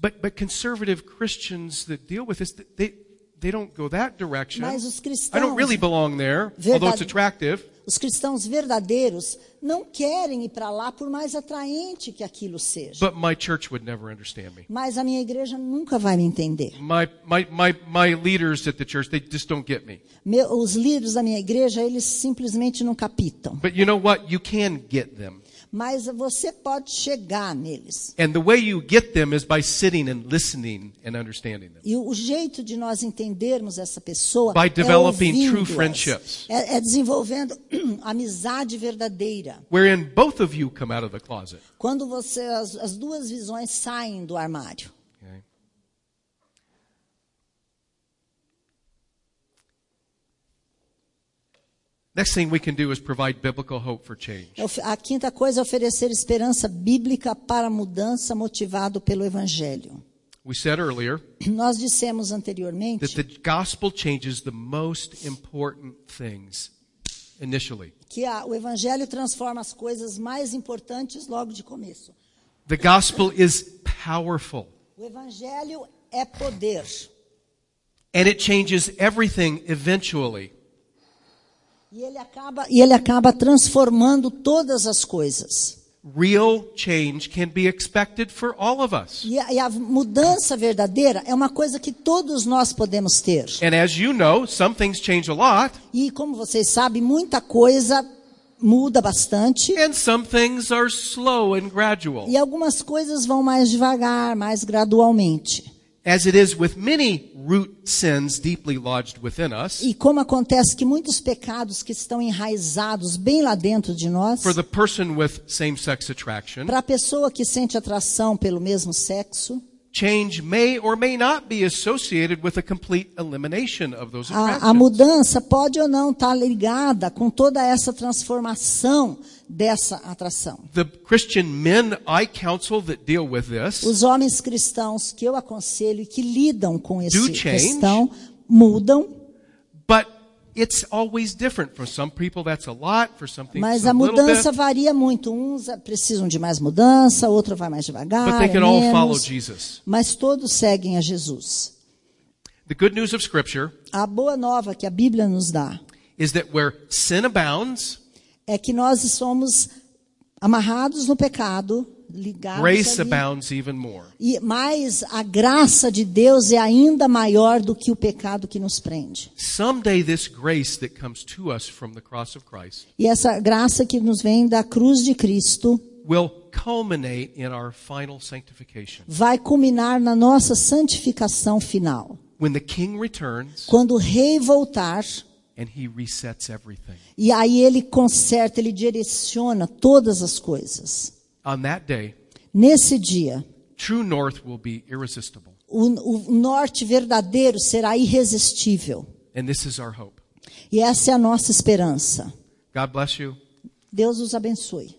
S3: But but conservative Christians that deal with this, they they don't go that direction.
S2: Mas os cristãos,
S3: É. I don't really belong there, although it's
S2: Verdade-
S3: attractive.
S2: os cristãos verdadeiros, não querem ir para lá por mais atraente que aquilo seja.
S3: But my church would never understand me.
S2: Mas a minha igreja nunca vai me entender.
S3: My my my my leaders at the church, they just don't get me.
S2: Meu- os líderes da minha igreja, eles simplesmente não captam.
S3: But you know what? You can get them.
S2: Mas você pode chegar neles.
S3: And the way you get them is by sitting and listening and understanding them.
S2: E o jeito de nós entendermos essa pessoa
S3: By
S2: é
S3: developing true
S2: ouvindo-as.
S3: friendships.
S2: É, é desenvolvendo <clears throat> amizade verdadeira.
S3: Wherein both of you come out of the closet.
S2: Quando você as, as duas visões saem do armário.
S3: Okay? Next thing we can do is provide biblical hope for change.
S2: É ofe- A quinta coisa é oferecer esperança bíblica para a mudança motivado pelo evangelho.
S3: We said earlier
S2: Nós dissemos
S3: that
S2: anteriormente
S3: the gospel changes the most important things initially.
S2: que a- o evangelho transforma as coisas mais importantes logo de começo.
S3: The gospel is powerful
S2: O evangelho é poder
S3: and it changes everything eventually.
S2: e ele acaba e ele acaba transformando todas as coisas.
S3: Real change can be expected for all of us.
S2: E a, e a mudança verdadeira é uma coisa que todos nós podemos ter.
S3: And as you know, some things change a lot
S2: E como vocês sabem, muita coisa muda bastante
S3: and some things are slow and gradual.
S2: e algumas coisas vão mais devagar, mais gradualmente.
S3: As it is with many root sins deeply lodged within us,
S2: E como acontece que muitos pecados que estão enraizados bem lá dentro de nós,
S3: for the person with same sex attraction,
S2: para a pessoa que sente atração pelo mesmo sexo,
S3: change may or may not be associated with a complete elimination of those
S2: A, a
S3: attractions.
S2: mudança pode ou não estar ligada com toda essa transformação dessa atração.
S3: The Christian men I counsel that deal with this
S2: Os homens cristãos que eu aconselho e que lidam com essa
S3: Do change.
S2: questão mudam,
S3: But it's always different. For some people, that's a lot. For some people, it's
S2: mas
S3: a
S2: a
S3: little
S2: mudança
S3: bit.
S2: varia muito. Uns ah, precisam de mais mudança, outro vai mais
S3: But
S2: devagar,
S3: they
S2: é
S3: can all follow
S2: menos,
S3: Jesus.
S2: mas todos seguem a Jesus.
S3: The good news of Scripture
S2: A boa nova que a Bíblia nos dá
S3: is that where sin abounds,
S2: é que nós somos amarrados no pecado, ligados
S3: grace
S2: ali,
S3: abounds even more.
S2: E mas a graça de Deus é ainda maior do que o pecado que nos prende.
S3: Someday, this grace that comes to us from the cross of Christ
S2: E essa graça que nos vem da cruz de Cristo
S3: will culminate in our final sanctification.
S2: vai culminar na nossa santificação final.
S3: When the King returns
S2: Quando o rei voltar,
S3: and he resets everything.
S2: e aí ele conserta, ele direciona todas as coisas.
S3: On that day,
S2: Nesse dia,
S3: true north will be irresistible.
S2: o, o norte verdadeiro será irresistível.
S3: And this is our hope.
S2: E essa é a nossa esperança.
S3: God bless you.
S2: Deus os abençoe.